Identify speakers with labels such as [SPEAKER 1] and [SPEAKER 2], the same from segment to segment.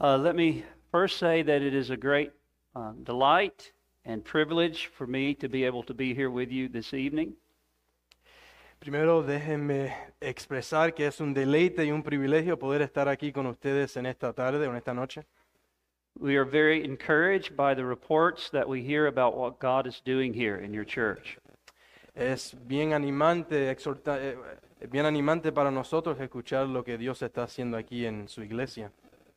[SPEAKER 1] Uh, let me first say that it is a great uh, delight and privilege for me to be able to be here with you this evening.
[SPEAKER 2] Primero déjenme expresar que es un deleite y un privilegio poder estar aquí con ustedes en esta tarde o en esta noche.
[SPEAKER 1] We are very encouraged by the reports that we hear about what God is doing here in your church.
[SPEAKER 2] Es bien animante, exhorta- eh, es bien animante para nosotros escuchar lo que Dios está haciendo aquí en su iglesia.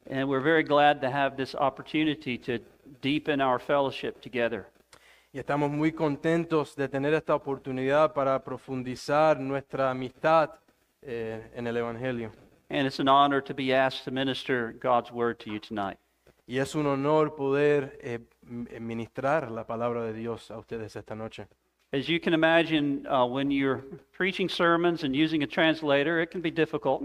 [SPEAKER 1] And we're very glad to have this opportunity to deepen our fellowship together.
[SPEAKER 2] Y estamos muy contentos de tener esta oportunidad para profundizar nuestra amistad eh, en el Evangelio.
[SPEAKER 1] And it's an honor to be asked to minister God's word to you tonight.
[SPEAKER 2] Y es un honor poder eh, m- ministrar la palabra de Dios a ustedes esta noche.
[SPEAKER 1] As you can imagine, uh, when you're preaching sermons and using a translator, it can be difficult.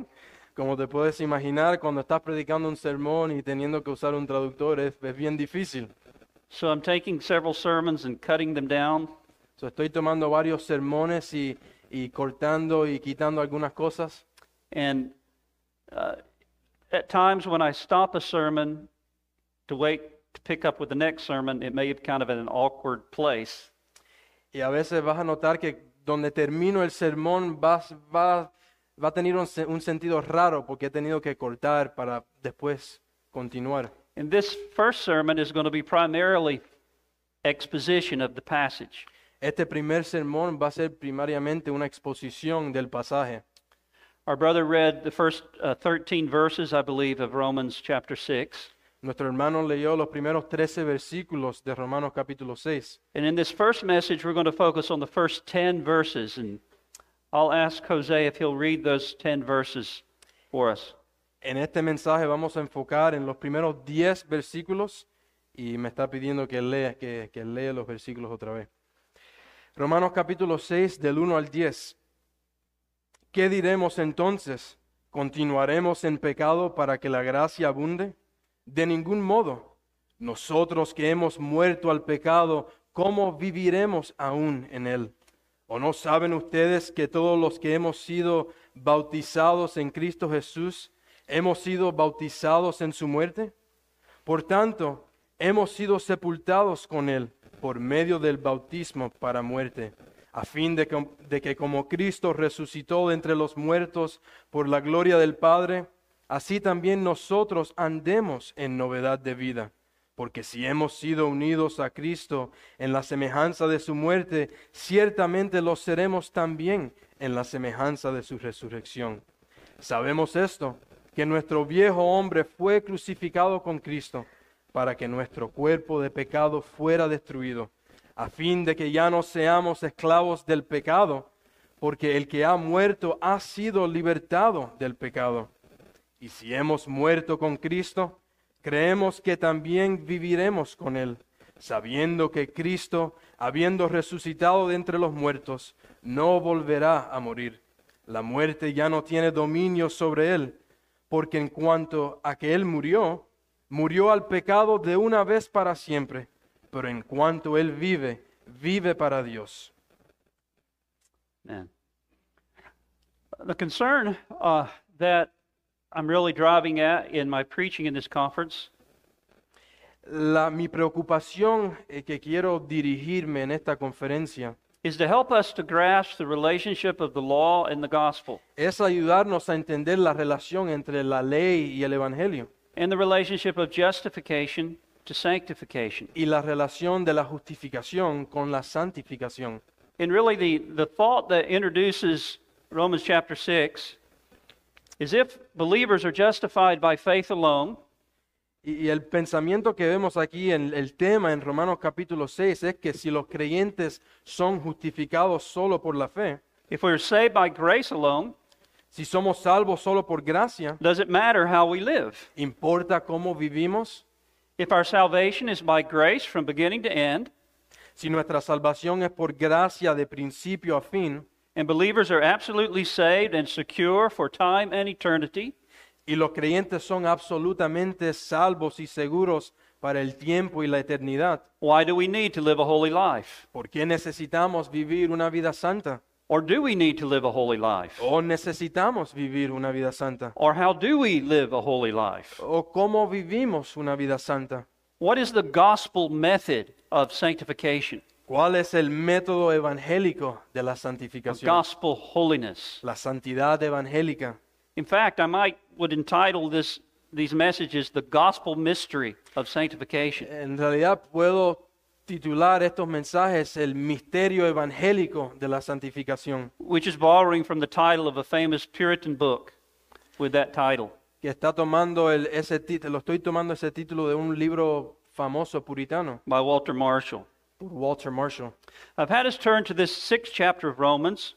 [SPEAKER 2] Como te puedes imaginar, cuando estás predicando un sermón y teniendo que usar un traductor es, es bien difícil.
[SPEAKER 1] So I'm taking several sermons and cutting them down.
[SPEAKER 2] So, estoy tomando varios sermones y, y cortando y quitando algunas cosas.
[SPEAKER 1] And uh, at times when I stop a sermon to wait to pick up with the next sermon, it may be kind of in an awkward place.
[SPEAKER 2] Y a veces vas a notar que donde termino el sermón vas, va, va a tener un, se- un sentido raro porque he tenido que cortar para después continuar.
[SPEAKER 1] And this first sermon is going to be primarily exposition of the passage.
[SPEAKER 2] Este primer sermón va a ser primariamente una exposición del pasaje.
[SPEAKER 1] Our brother read the first uh, 13 verses, I believe, of Romans chapter 6.
[SPEAKER 2] Nuestro hermano leyó los primeros 13 versículos de Romanos capítulo 6.
[SPEAKER 1] And in this first message, we're going to focus on the first 10 verses. And I'll ask Jose if he'll read those 10 verses for us.
[SPEAKER 2] En este mensaje vamos a enfocar en los primeros 10 versículos y me está pidiendo que lea, que, que lea los versículos otra vez. Romanos capítulo 6 del 1 al 10. ¿Qué diremos entonces? ¿Continuaremos en pecado para que la gracia abunde? De ningún modo. Nosotros que hemos muerto al pecado, ¿cómo viviremos aún en él? ¿O no saben ustedes que todos los que hemos sido bautizados en Cristo Jesús, hemos sido bautizados en su muerte? Por tanto, hemos sido sepultados con Él por medio del bautismo para muerte, a fin de que, de que como Cristo resucitó de entre los muertos por la gloria del Padre, así también nosotros andemos en novedad de vida. Porque si hemos sido unidos a Cristo en la semejanza de su muerte, ciertamente lo seremos también en la semejanza de su resurrección. Sabemos esto, que nuestro viejo hombre fue crucificado con Cristo para que nuestro cuerpo de pecado fuera destruido, a fin de que ya no seamos esclavos del pecado, porque el que ha muerto ha sido libertado del pecado. Y si hemos muerto con Cristo, creemos que también viviremos con Él, sabiendo que Cristo, habiendo resucitado de entre los muertos, no volverá a morir. La muerte ya no tiene dominio sobre Él, porque en cuanto a que Él murió, murió al pecado de una vez para siempre, pero en cuanto Él vive, vive para Dios.
[SPEAKER 1] Amen. The concern uh, that I'm really driving at in my preaching in this conference
[SPEAKER 2] La, mi preocupación eh, que quiero dirigirme en esta conferencia
[SPEAKER 1] is to help us to grasp the relationship of the law and the gospel
[SPEAKER 2] es ayudarnos a entender la relación entre la ley y el Evangelio
[SPEAKER 1] and the relationship of justification to sanctification.
[SPEAKER 2] y la relación de la justificación con la santificación.
[SPEAKER 1] And really, the, the thought that introduces Romans chapter 6 is if believers are justified by faith alone,
[SPEAKER 2] Y, y el pensamiento que vemos aquí en el tema en Romanos capítulo 6 es que si los creyentes son justificados solo por la fe,
[SPEAKER 1] if we're saved by grace alone,
[SPEAKER 2] si somos salvos solo por gracia,
[SPEAKER 1] does it matter how we live?
[SPEAKER 2] ¿importa cómo vivimos?
[SPEAKER 1] If our salvation is by grace from beginning to end,
[SPEAKER 2] Si nuestra salvación es por gracia de principio a fin,
[SPEAKER 1] and believers are absolutely saved and secure for time and eternity,
[SPEAKER 2] y los creyentes son absolutamente salvos y seguros para el tiempo y la eternidad,
[SPEAKER 1] why do we need to live a holy life?
[SPEAKER 2] ¿Por qué necesitamos vivir una vida santa?
[SPEAKER 1] Or do we need to live a holy life?
[SPEAKER 2] ¿O necesitamos vivir una vida santa?
[SPEAKER 1] Or how do we live a holy life?
[SPEAKER 2] ¿O cómo vivimos una vida santa?
[SPEAKER 1] What is the gospel method of sanctification,
[SPEAKER 2] ¿Cuál es el método evangélico de la
[SPEAKER 1] of
[SPEAKER 2] santificación?
[SPEAKER 1] gospel holiness?
[SPEAKER 2] La santidad evangélica.
[SPEAKER 1] In fact, I might would entitle this these messages the gospel mystery of sanctification.
[SPEAKER 2] En realidad puedo titular estos mensajes el misterio evangélico de la santificación,
[SPEAKER 1] which is borrowing from the title of a famous Puritan book with that title.
[SPEAKER 2] que está tomando el, ese título, lo estoy tomando ese título de un libro famoso puritano
[SPEAKER 1] by Walter Marshall.
[SPEAKER 2] por Walter Marshall.
[SPEAKER 1] I've had us turn to this sixth chapter of Romans,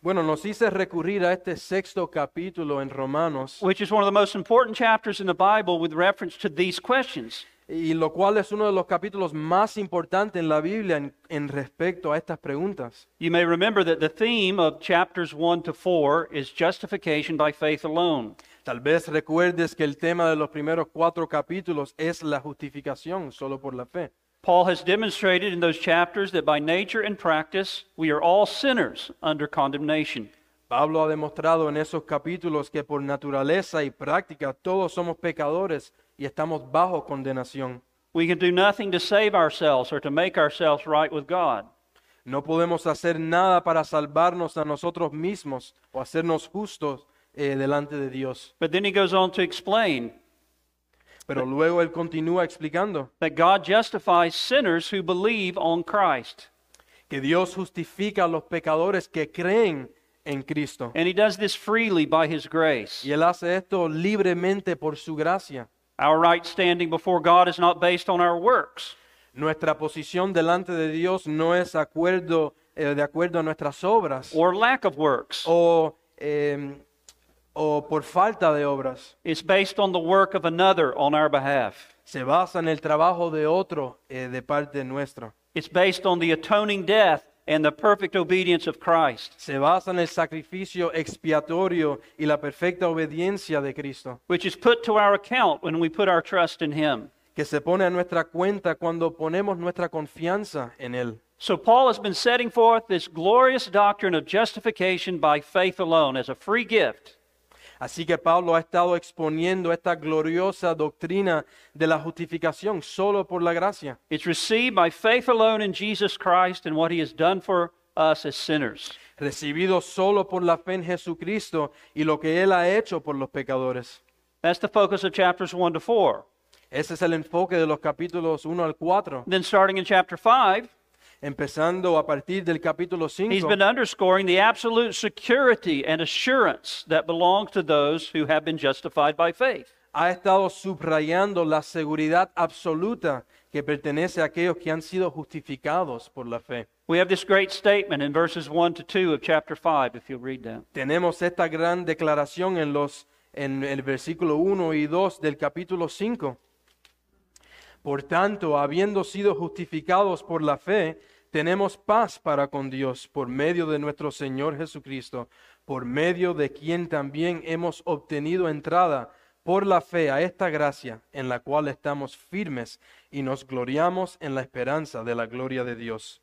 [SPEAKER 2] Bueno, nos hice recurrir a este sexto capítulo en Romanos,
[SPEAKER 1] which is one of the most important chapters in the Bible with reference to these questions.
[SPEAKER 2] y lo cual es uno de los capítulos más importantes en la Biblia en- en respecto a estas preguntas.
[SPEAKER 1] You may remember that the theme of chapters 1 to 4 is justification by faith alone.
[SPEAKER 2] Tal vez recuerdes que el tema de los primeros cuatro capítulos es la justificación solo por la fe.
[SPEAKER 1] Paul has demonstrated in those chapters that by nature and practice, we are all sinners under condemnation.
[SPEAKER 2] Pablo ha demostrado en esos capítulos que por naturaleza y práctica todos somos pecadores y estamos bajo condenación.
[SPEAKER 1] We can do nothing to save ourselves or to make ourselves right with God.
[SPEAKER 2] No podemos hacer nada para salvarnos a nosotros mismos o hacernos justos eh, delante de Dios.
[SPEAKER 1] But then he goes on to explain
[SPEAKER 2] Pero luego él continúa explicando
[SPEAKER 1] that God justifies sinners who believe on Christ.
[SPEAKER 2] que Dios justifica a los pecadores que creen en Cristo.
[SPEAKER 1] And he does this freely by his grace.
[SPEAKER 2] Y él hace esto libremente por su gracia.
[SPEAKER 1] Our right standing before God is not based on our works,
[SPEAKER 2] Nuestra posición delante de Dios no es acuerdo, eh, de acuerdo a nuestras obras
[SPEAKER 1] or lack of works.
[SPEAKER 2] o, eh, o por falta de obras.
[SPEAKER 1] It's based on the work of another on our behalf.
[SPEAKER 2] Se basa en el trabajo de otro eh, de parte nuestra.
[SPEAKER 1] It's based on the atoning death and the perfect obedience of Christ,
[SPEAKER 2] Se basa en el sacrificio expiatorio y la perfecta obediencia de Cristo,
[SPEAKER 1] which is put to our account when we put our trust in him.
[SPEAKER 2] que se pone a nuestra cuenta cuando ponemos nuestra confianza en Él.
[SPEAKER 1] So, Paul has been setting forth this glorious doctrine of justification by faith alone as a free gift.
[SPEAKER 2] Así que Pablo ha estado exponiendo esta gloriosa doctrina de la justificación solo por la gracia.
[SPEAKER 1] It's received by faith alone in Jesus Christ and what he has done for us as sinners.
[SPEAKER 2] recibido solo por la fe en Jesucristo y lo que Él ha hecho por los pecadores.
[SPEAKER 1] That's the focus of chapters 1 to 4.
[SPEAKER 2] Ese es el enfoque de los capítulos 1 al 4,
[SPEAKER 1] Then, starting in chapter 5,
[SPEAKER 2] empezando a partir del capítulo
[SPEAKER 1] he's
[SPEAKER 2] 5.
[SPEAKER 1] been underscoring the absolute security and assurance that belongs to those who have been justified by faith.
[SPEAKER 2] Ha estado subrayando la seguridad absoluta que pertenece a aquellos que han sido justificados por la fe.
[SPEAKER 1] We have this great statement in verses 1 to 2 of chapter 5, if you'll read that.
[SPEAKER 2] Tenemos esta gran declaración en, los, en el versículo 1 y 2 del capítulo 5. Por tanto, habiendo sido justificados por la fe, tenemos paz para con Dios por medio de nuestro Señor Jesucristo, por medio de quien también hemos obtenido entrada por la fe a esta gracia en la cual estamos firmes y nos gloriamos en la esperanza de la gloria de Dios.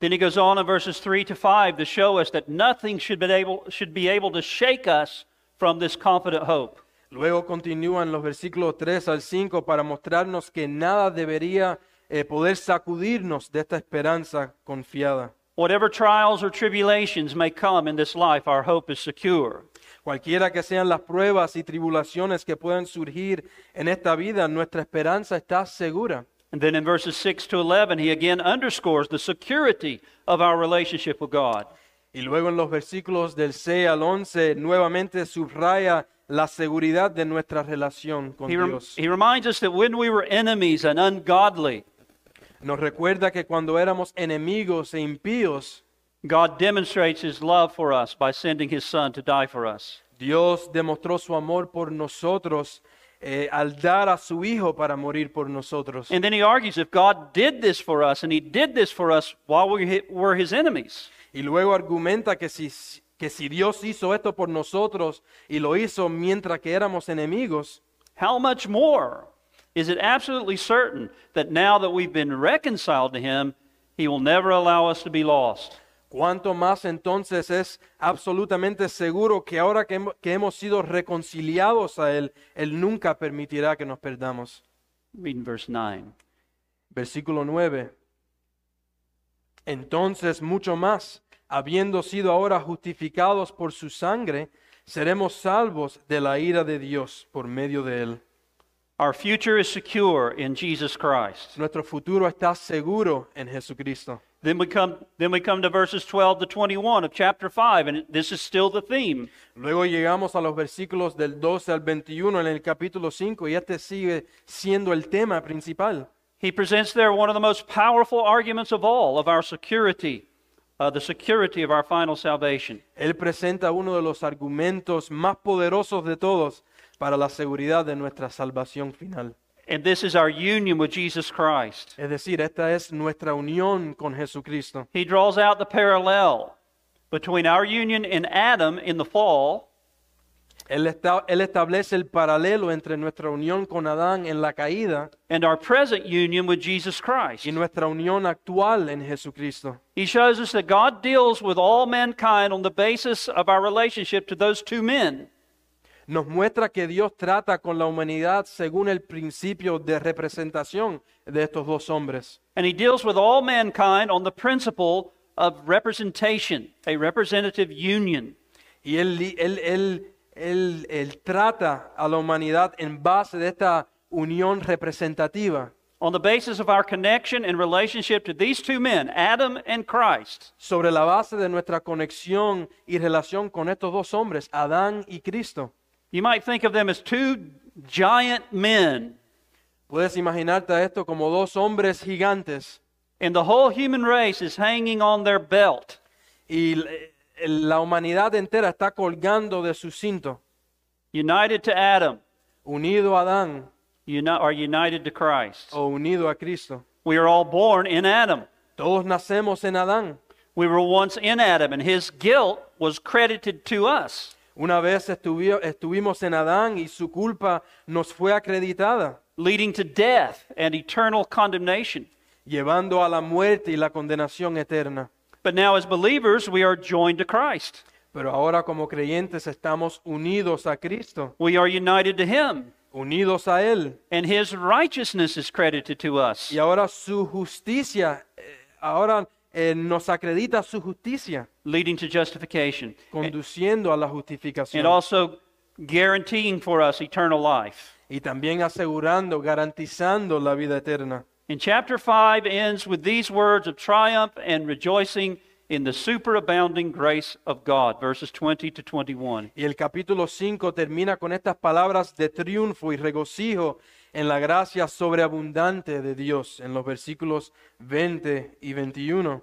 [SPEAKER 1] Then he goes on in verses 3 to 5 to show us that nothing should be able, should be able to shake us from this confident hope.
[SPEAKER 2] Luego continúan los versículos 3 al 5 para mostrarnos que nada debería eh, poder sacudirnos de esta esperanza confiada.
[SPEAKER 1] Whatever trials or tribulations may come in this life, our hope is secure.
[SPEAKER 2] Cualquiera que sean las pruebas y tribulaciones que puedan surgir en esta vida, nuestra esperanza está segura.
[SPEAKER 1] And then in verses 6 to 11, he again underscores the security of our relationship with God.
[SPEAKER 2] Y luego en los versículos del 6 al 11 nuevamente subraya la seguridad de nuestra relación con
[SPEAKER 1] He, rem-
[SPEAKER 2] Dios.
[SPEAKER 1] he reminds us that when we were enemies and ungodly,
[SPEAKER 2] Nos recuerda que cuando éramos enemigos e impíos,
[SPEAKER 1] God demonstrates his love for us by sending his son to die for us.
[SPEAKER 2] Dios demostró su amor por nosotros eh, al dar a su Hijo para morir por nosotros.
[SPEAKER 1] And then he argues if God did this for us, and he did this for us while we hi- were his enemies,
[SPEAKER 2] Y luego argumenta que si, que si Dios hizo esto por nosotros y lo hizo mientras que éramos enemigos,
[SPEAKER 1] how much more is it absolutely certain that now that we've been reconciled to him, he will never allow us to be lost?
[SPEAKER 2] Cuanto más entonces es absolutamente seguro que ahora que, hem- que hemos sido reconciliados a Él, Él nunca permitirá que nos perdamos.
[SPEAKER 1] Reading verse 9.
[SPEAKER 2] Versículo 9. Entonces mucho más, habiendo sido ahora justificados por su sangre, seremos salvos de la ira de Dios por medio de Él.
[SPEAKER 1] Our future is secure in Jesus Christ.
[SPEAKER 2] Nuestro futuro está seguro en Jesucristo.
[SPEAKER 1] Then we come then we come to verses 12 to 21 of chapter 5 and this is still the theme.
[SPEAKER 2] Luego llegamos a los versículos del 12 al 21 en el capítulo 5 y este sigue siendo el tema principal.
[SPEAKER 1] He presents there one of the most powerful arguments of all of our security, uh, the security of our final salvation.
[SPEAKER 2] Él presenta uno de los argumentos más poderosos de todos para la seguridad de nuestra salvación final.
[SPEAKER 1] And this is our union with Jesus Christ.
[SPEAKER 2] Es decir, esta es nuestra unión con Jesucristo.
[SPEAKER 1] He draws out the parallel between our union in Adam in the fall
[SPEAKER 2] Él, esta- él establece el paralelo entre nuestra unión con Adán en la caída
[SPEAKER 1] and our present union with Jesus Christ.
[SPEAKER 2] y nuestra unión actual en Jesucristo.
[SPEAKER 1] He shows us that God deals with all mankind on the basis of our relationship to those two men.
[SPEAKER 2] Nos muestra que Dios trata con la humanidad según el principio de representación de estos dos hombres.
[SPEAKER 1] And he deals with all mankind on the principle of representation, a representative union.
[SPEAKER 2] Y él, li- él- él- él- él trata a la humanidad en base de esta unión representativa,
[SPEAKER 1] On the basis of our connection and relationship to these two men, Adam and Christ,
[SPEAKER 2] sobre la base de nuestra conexión y relación con estos dos hombres, Adán y Cristo.
[SPEAKER 1] you might think of them as two giant men,
[SPEAKER 2] Puedes imaginarte a esto como dos hombres gigantes
[SPEAKER 1] and the whole human race is hanging on their belt.
[SPEAKER 2] y l- eh, la humanidad entera está colgando de su cinto,
[SPEAKER 1] United to Adam,
[SPEAKER 2] unido a Adán
[SPEAKER 1] uni- are united to Christ.
[SPEAKER 2] o unido a Cristo.
[SPEAKER 1] We are all born in Adam.
[SPEAKER 2] Todos nacemos en Adán.
[SPEAKER 1] We were once in Adam, and his guilt was credited to us.
[SPEAKER 2] Una vez estuvi- estuvimos en Adán y su culpa nos fue acreditada,
[SPEAKER 1] leading to death and eternal condemnation.
[SPEAKER 2] llevando a la muerte y la condenación eterna.
[SPEAKER 1] But now, as believers, we are joined to Christ.
[SPEAKER 2] Pero ahora como creyentes estamos unidos a Cristo,
[SPEAKER 1] We are united to Him,
[SPEAKER 2] unidos a Él.
[SPEAKER 1] and His righteousness is credited to us.
[SPEAKER 2] Y ahora su justicia, eh, ahora eh, nos acredita su justicia,
[SPEAKER 1] leading to justification
[SPEAKER 2] conduciendo a la
[SPEAKER 1] and
[SPEAKER 2] justificación.
[SPEAKER 1] also guaranteeing for us eternal life.
[SPEAKER 2] Y también asegurando, garantizando la vida eterna.
[SPEAKER 1] And chapter 5 ends with these words of triumph and rejoicing in the superabounding grace of God, verses 20 to 21.
[SPEAKER 2] Y el capítulo 5 termina con estas palabras de triunfo y regocijo en la gracia sobreabundante de Dios, en los versículos 20 y 21.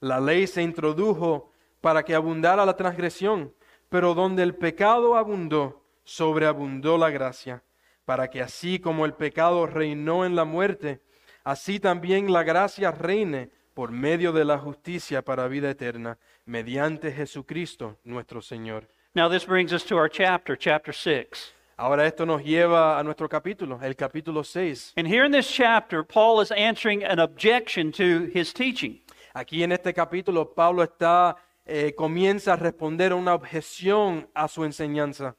[SPEAKER 2] La ley se introdujo para que abundara la transgresión, pero donde el pecado abundó, sobreabundó la gracia, para que así como el pecado reinó en la muerte, así también la gracia reine por medio de la justicia para vida eterna, mediante Jesucristo nuestro Señor.
[SPEAKER 1] Now, this brings us to our chapter, chapter 6.
[SPEAKER 2] Ahora esto nos lleva a nuestro capítulo, el capítulo 6.
[SPEAKER 1] And here in this chapter, Paul is answering an objection to his teaching.
[SPEAKER 2] Aquí en este capítulo Pablo está eh, comienza a responder a una objeción a su enseñanza.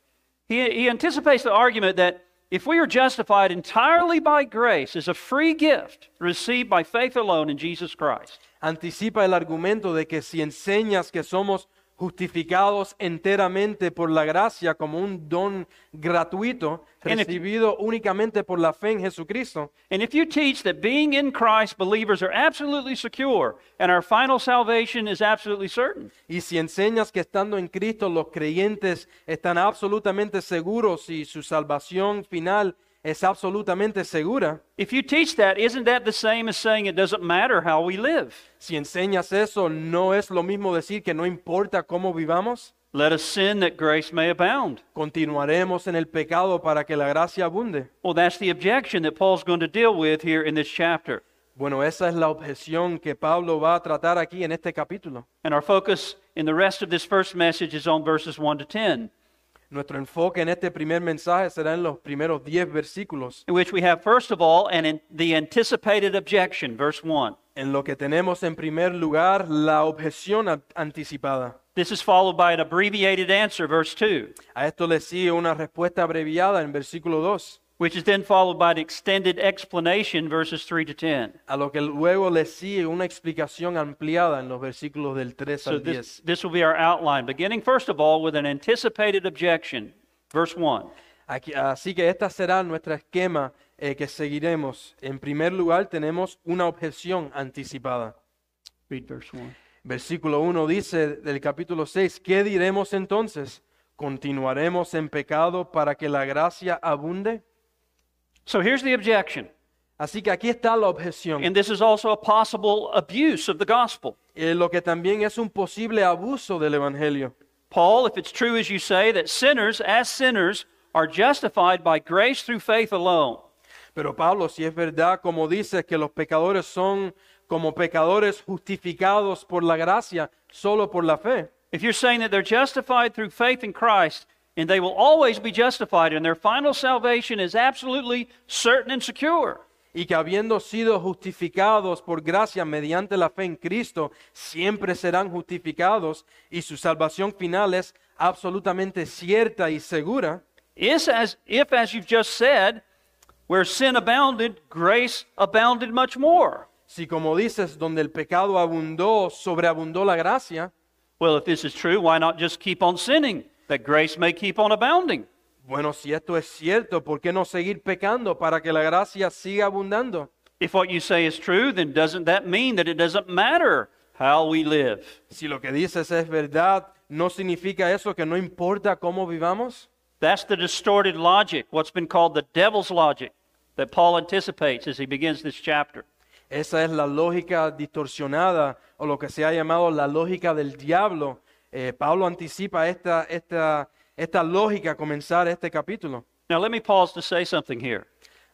[SPEAKER 1] He, he anticipates the argument that if we are justified entirely by grace as a free gift received by faith alone in Jesus Christ,
[SPEAKER 2] Anticipa el argumento de que si enseñas que somos justificados enteramente por la gracia como un don gratuito
[SPEAKER 1] En el-
[SPEAKER 2] recibido únicamente por la fe en Jesucristo,
[SPEAKER 1] and if you teach that being in Christ believers are absolutely secure and our final salvation is absolutely certain,
[SPEAKER 2] y si enseñas que estando en Cristo los creyentes están absolutamente seguros y su salvación final es absolutamente segura,
[SPEAKER 1] if you teach that, isn't that the same as saying it doesn't matter how we live?
[SPEAKER 2] Si enseñas eso, ¿no es lo mismo decir que no importa cómo vivamos?
[SPEAKER 1] Let us sin that grace may abound.
[SPEAKER 2] Continuaremos en el pecado para que la gracia abunde.
[SPEAKER 1] Well, that's the objection that Paul's going to deal with here in this chapter.
[SPEAKER 2] Bueno, esa es la objeción que Pablo va a tratar aquí en este capítulo.
[SPEAKER 1] And our focus in the rest of this first message is on verses 1 to 10.
[SPEAKER 2] Nuestro enfoque en este primer mensaje será en los primeros 10 versículos,
[SPEAKER 1] in which we have, first of all, and in the anticipated objection, verse 1.
[SPEAKER 2] en lo que tenemos en primer lugar la objeción a- anticipada.
[SPEAKER 1] This is followed by an abbreviated answer, verse 2,
[SPEAKER 2] A esto le sigue una respuesta abreviada en versículo 2,
[SPEAKER 1] which is then followed by an extended explanation, verses 3 to 10.
[SPEAKER 2] a lo que luego le sigue una explicación ampliada en los versículos del 3
[SPEAKER 1] So
[SPEAKER 2] al
[SPEAKER 1] this,
[SPEAKER 2] 10.
[SPEAKER 1] this will be our outline, beginning, first of all, with an anticipated objection, verse 1.
[SPEAKER 2] Aquí- así que esta será nuestro esquema eh, que seguiremos. En primer lugar tenemos una objeción anticipada.
[SPEAKER 1] Read verse 1.
[SPEAKER 2] Versículo 1 dice del capítulo 6, ¿qué diremos entonces? ¿Continuaremos en pecado para que la gracia abunde?
[SPEAKER 1] So here's the objection,
[SPEAKER 2] Así que aquí está la objeción,
[SPEAKER 1] and this is also a possible abuse of the gospel.
[SPEAKER 2] eh, lo que también es un posible abuso del Evangelio.
[SPEAKER 1] Paul, if it's true as you say that sinners, as sinners, are justified by grace through faith alone,
[SPEAKER 2] Pero Pablo, si es verdad, como dices, que los pecadores son como pecadores justificados por la gracia, solo por la fe.
[SPEAKER 1] if you're saying that they're justified through faith in Christ and they will always be justified and their final salvation is absolutely certain and secure,
[SPEAKER 2] Y que habiendo sido justificados por gracia mediante la fe en Cristo, siempre serán justificados y su salvación final es absolutamente cierta y segura.
[SPEAKER 1] is as if, as you've just said, where sin abounded, grace abounded much more.
[SPEAKER 2] Si como dices, donde el pecado abundó, sobreabundó la gracia,
[SPEAKER 1] Well, if this is true, why not just keep on sinning that grace may keep on abounding?
[SPEAKER 2] bueno, si esto es cierto, ¿por qué no seguir pecando para que la gracia siga abundando?
[SPEAKER 1] If what you say is true, then doesn't that mean that it doesn't matter how we live?
[SPEAKER 2] Si lo que dices es verdad, ¿no significa eso que no importa cómo vivamos?
[SPEAKER 1] That's the distorted logic, what's been called the devil's logic, that Paul anticipates as he begins this chapter.
[SPEAKER 2] Esa es la lógica distorsionada o lo que se ha llamado la lógica del diablo. Eh, Pablo anticipa esta, esta, esta lógica a comenzar este capítulo.
[SPEAKER 1] Now, let me pause to say something here.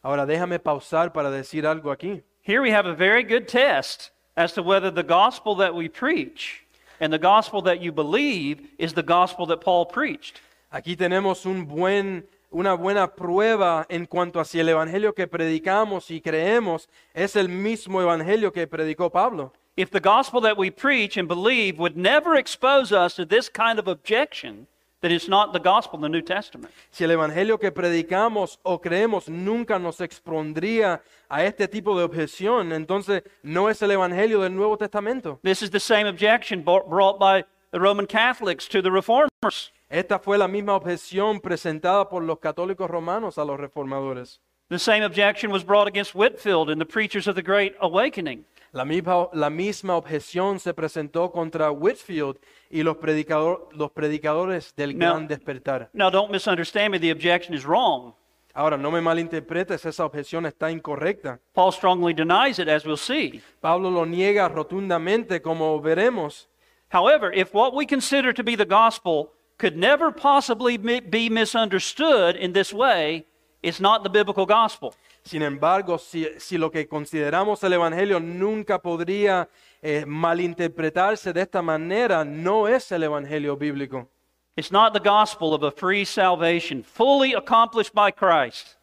[SPEAKER 2] Ahora déjame pausar para decir algo aquí.
[SPEAKER 1] Here we have a very good test as to whether the gospel that we preach and the gospel that you believe is the gospel that Paul preached.
[SPEAKER 2] Aquí tenemos un buen, una buena prueba en cuanto a si el evangelio que predicamos y creemos es el mismo evangelio que predicó Pablo.
[SPEAKER 1] If the gospel that we preach and believe would never expose us to this kind of objection, then it's not the gospel in the New Testament.
[SPEAKER 2] Si el evangelio que predicamos o creemos nunca nos expondría a este tipo de objeción, entonces no es el evangelio del Nuevo Testamento.
[SPEAKER 1] This is the same objection bo- brought by the Roman Catholics to the reformers.
[SPEAKER 2] Esta fue la misma objeción presentada por los católicos romanos a los reformadores.
[SPEAKER 1] The same objection was brought against Whitfield and the preachers of the Great Awakening.
[SPEAKER 2] La misma, la misma objeción se presentó contra Whitfield y los, predicador- los predicadores del
[SPEAKER 1] No.
[SPEAKER 2] Gran Despertar.
[SPEAKER 1] Now, don't misunderstand me, the objection is wrong.
[SPEAKER 2] Ahora, no me malinterpretes, esa objeción está incorrecta.
[SPEAKER 1] Paul strongly denies it, as we'll see.
[SPEAKER 2] Pablo lo niega rotundamente, como veremos.
[SPEAKER 1] However, if what we consider to be the gospel could never possibly mi- be misunderstood in this way, it's not the biblical gospel.
[SPEAKER 2] Sin embargo, si, si lo que consideramos el Evangelio nunca podría eh, malinterpretarse de esta manera, no es el Evangelio bíblico.
[SPEAKER 1] It's not the gospel of a free salvation fully accomplished by Christ.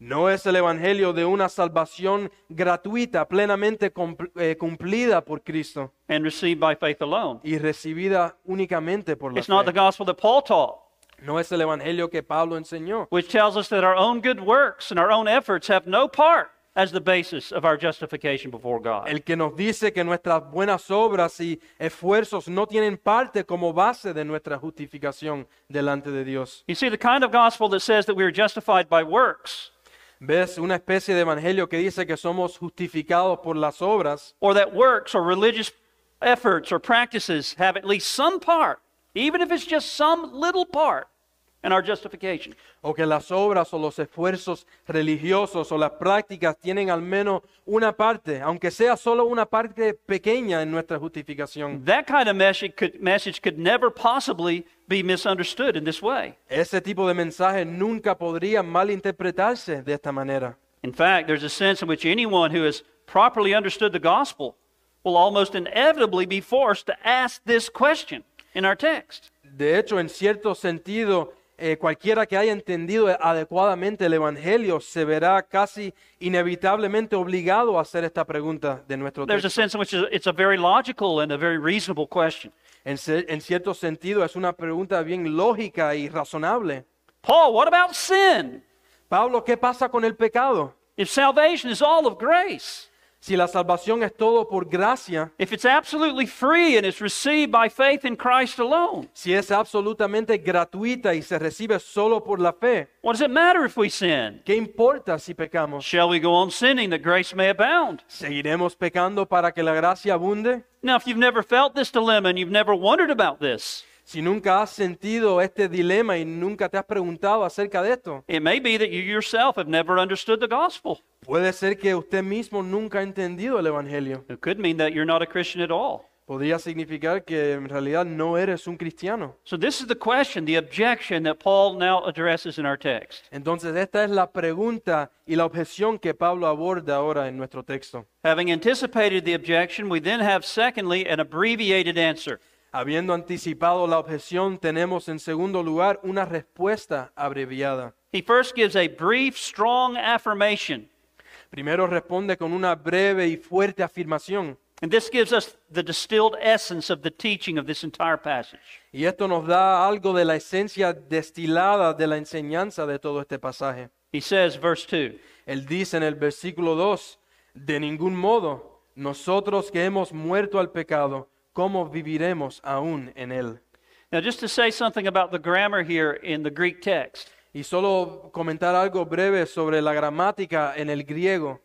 [SPEAKER 2] No es el Evangelio de una salvación gratuita, plenamente compl- eh, cumplida por Cristo
[SPEAKER 1] and received by faith alone.
[SPEAKER 2] y recibida únicamente por la
[SPEAKER 1] It's not the
[SPEAKER 2] fe.
[SPEAKER 1] gospel that Paul taught,
[SPEAKER 2] No es el Evangelio que Pablo enseñó,
[SPEAKER 1] which tells us that our own good works and our own efforts have no part as the basis of our justification before God.
[SPEAKER 2] el que nos dice que nuestras buenas obras y esfuerzos no tienen parte como base de nuestra justificación delante de Dios.
[SPEAKER 1] You see, the kind of gospel that says that we are justified by works,
[SPEAKER 2] ¿Ves? Una especie de evangelio que dice que somos justificados por las obras,
[SPEAKER 1] or that works or religious efforts or practices have at least some part, even if it's just some little part, in our justification.
[SPEAKER 2] o que las obras o los esfuerzos religiosos o las prácticas tienen al menos una parte, aunque sea solo una parte pequeña en nuestra justificación.
[SPEAKER 1] That kind of message could, message could never possibly be misunderstood in this way.
[SPEAKER 2] Ese tipo de mensaje nunca podría malinterpretarse de esta manera.
[SPEAKER 1] In fact, there's a sense in which anyone who has properly understood the gospel will almost inevitably be forced to ask this question in our text.
[SPEAKER 2] De hecho, en cierto sentido, eh, cualquiera que haya entendido adecuadamente el Evangelio se verá casi inevitablemente obligado a hacer esta pregunta de nuestro
[SPEAKER 1] There's a
[SPEAKER 2] texto.
[SPEAKER 1] sense in which it's a very logical and a very reasonable question.
[SPEAKER 2] En, ce- en cierto sentido, es una pregunta bien lógica y razonable.
[SPEAKER 1] Paul, what about sin?
[SPEAKER 2] Pablo, ¿qué pasa con el pecado?
[SPEAKER 1] If salvation is all of grace,
[SPEAKER 2] Si la salvación es todo por gracia,
[SPEAKER 1] if it's absolutely free and it's received by faith in Christ alone,
[SPEAKER 2] si es absolutamente gratuita y se recibe solo por la fe,
[SPEAKER 1] what does it matter if we sin?
[SPEAKER 2] ¿qué importa si pecamos?
[SPEAKER 1] Shall we go on sinning that grace may abound?
[SPEAKER 2] ¿Seguiremos pecando para que la gracia abunde?
[SPEAKER 1] Now, if you've never felt this dilemma and you've never wondered about this,
[SPEAKER 2] Si nunca has sentido este dilema y nunca te has preguntado acerca de esto,
[SPEAKER 1] it may be that you yourself have never understood the gospel.
[SPEAKER 2] puede ser que usted mismo nunca ha entendido el Evangelio.
[SPEAKER 1] It could mean that you're not a Christian at all.
[SPEAKER 2] Podría significar que en realidad no eres un cristiano.
[SPEAKER 1] So, this is the question, the objection that Paul now addresses in our text.
[SPEAKER 2] Entonces, esta es la pregunta y la objeción que Pablo aborda ahora en nuestro texto.
[SPEAKER 1] Having anticipated the objection, we then have, secondly, an abbreviated answer.
[SPEAKER 2] Habiendo anticipado la objeción, tenemos en segundo lugar una respuesta abreviada.
[SPEAKER 1] He first gives a brief, strong affirmation,
[SPEAKER 2] Primero responde con una breve y fuerte afirmación,
[SPEAKER 1] and this gives us the distilled essence of the teaching of this entire passage.
[SPEAKER 2] y esto nos da algo de la esencia destilada de la enseñanza de todo este pasaje.
[SPEAKER 1] He says, verse 2,
[SPEAKER 2] Él dice en el versículo 2, de ningún modo, nosotros que hemos muerto al pecado, ¿cómo viviremos aún en él?
[SPEAKER 1] Now, just to say something about the grammar here in the Greek text,
[SPEAKER 2] Y solo comentar algo breve sobre la gramática en el griego.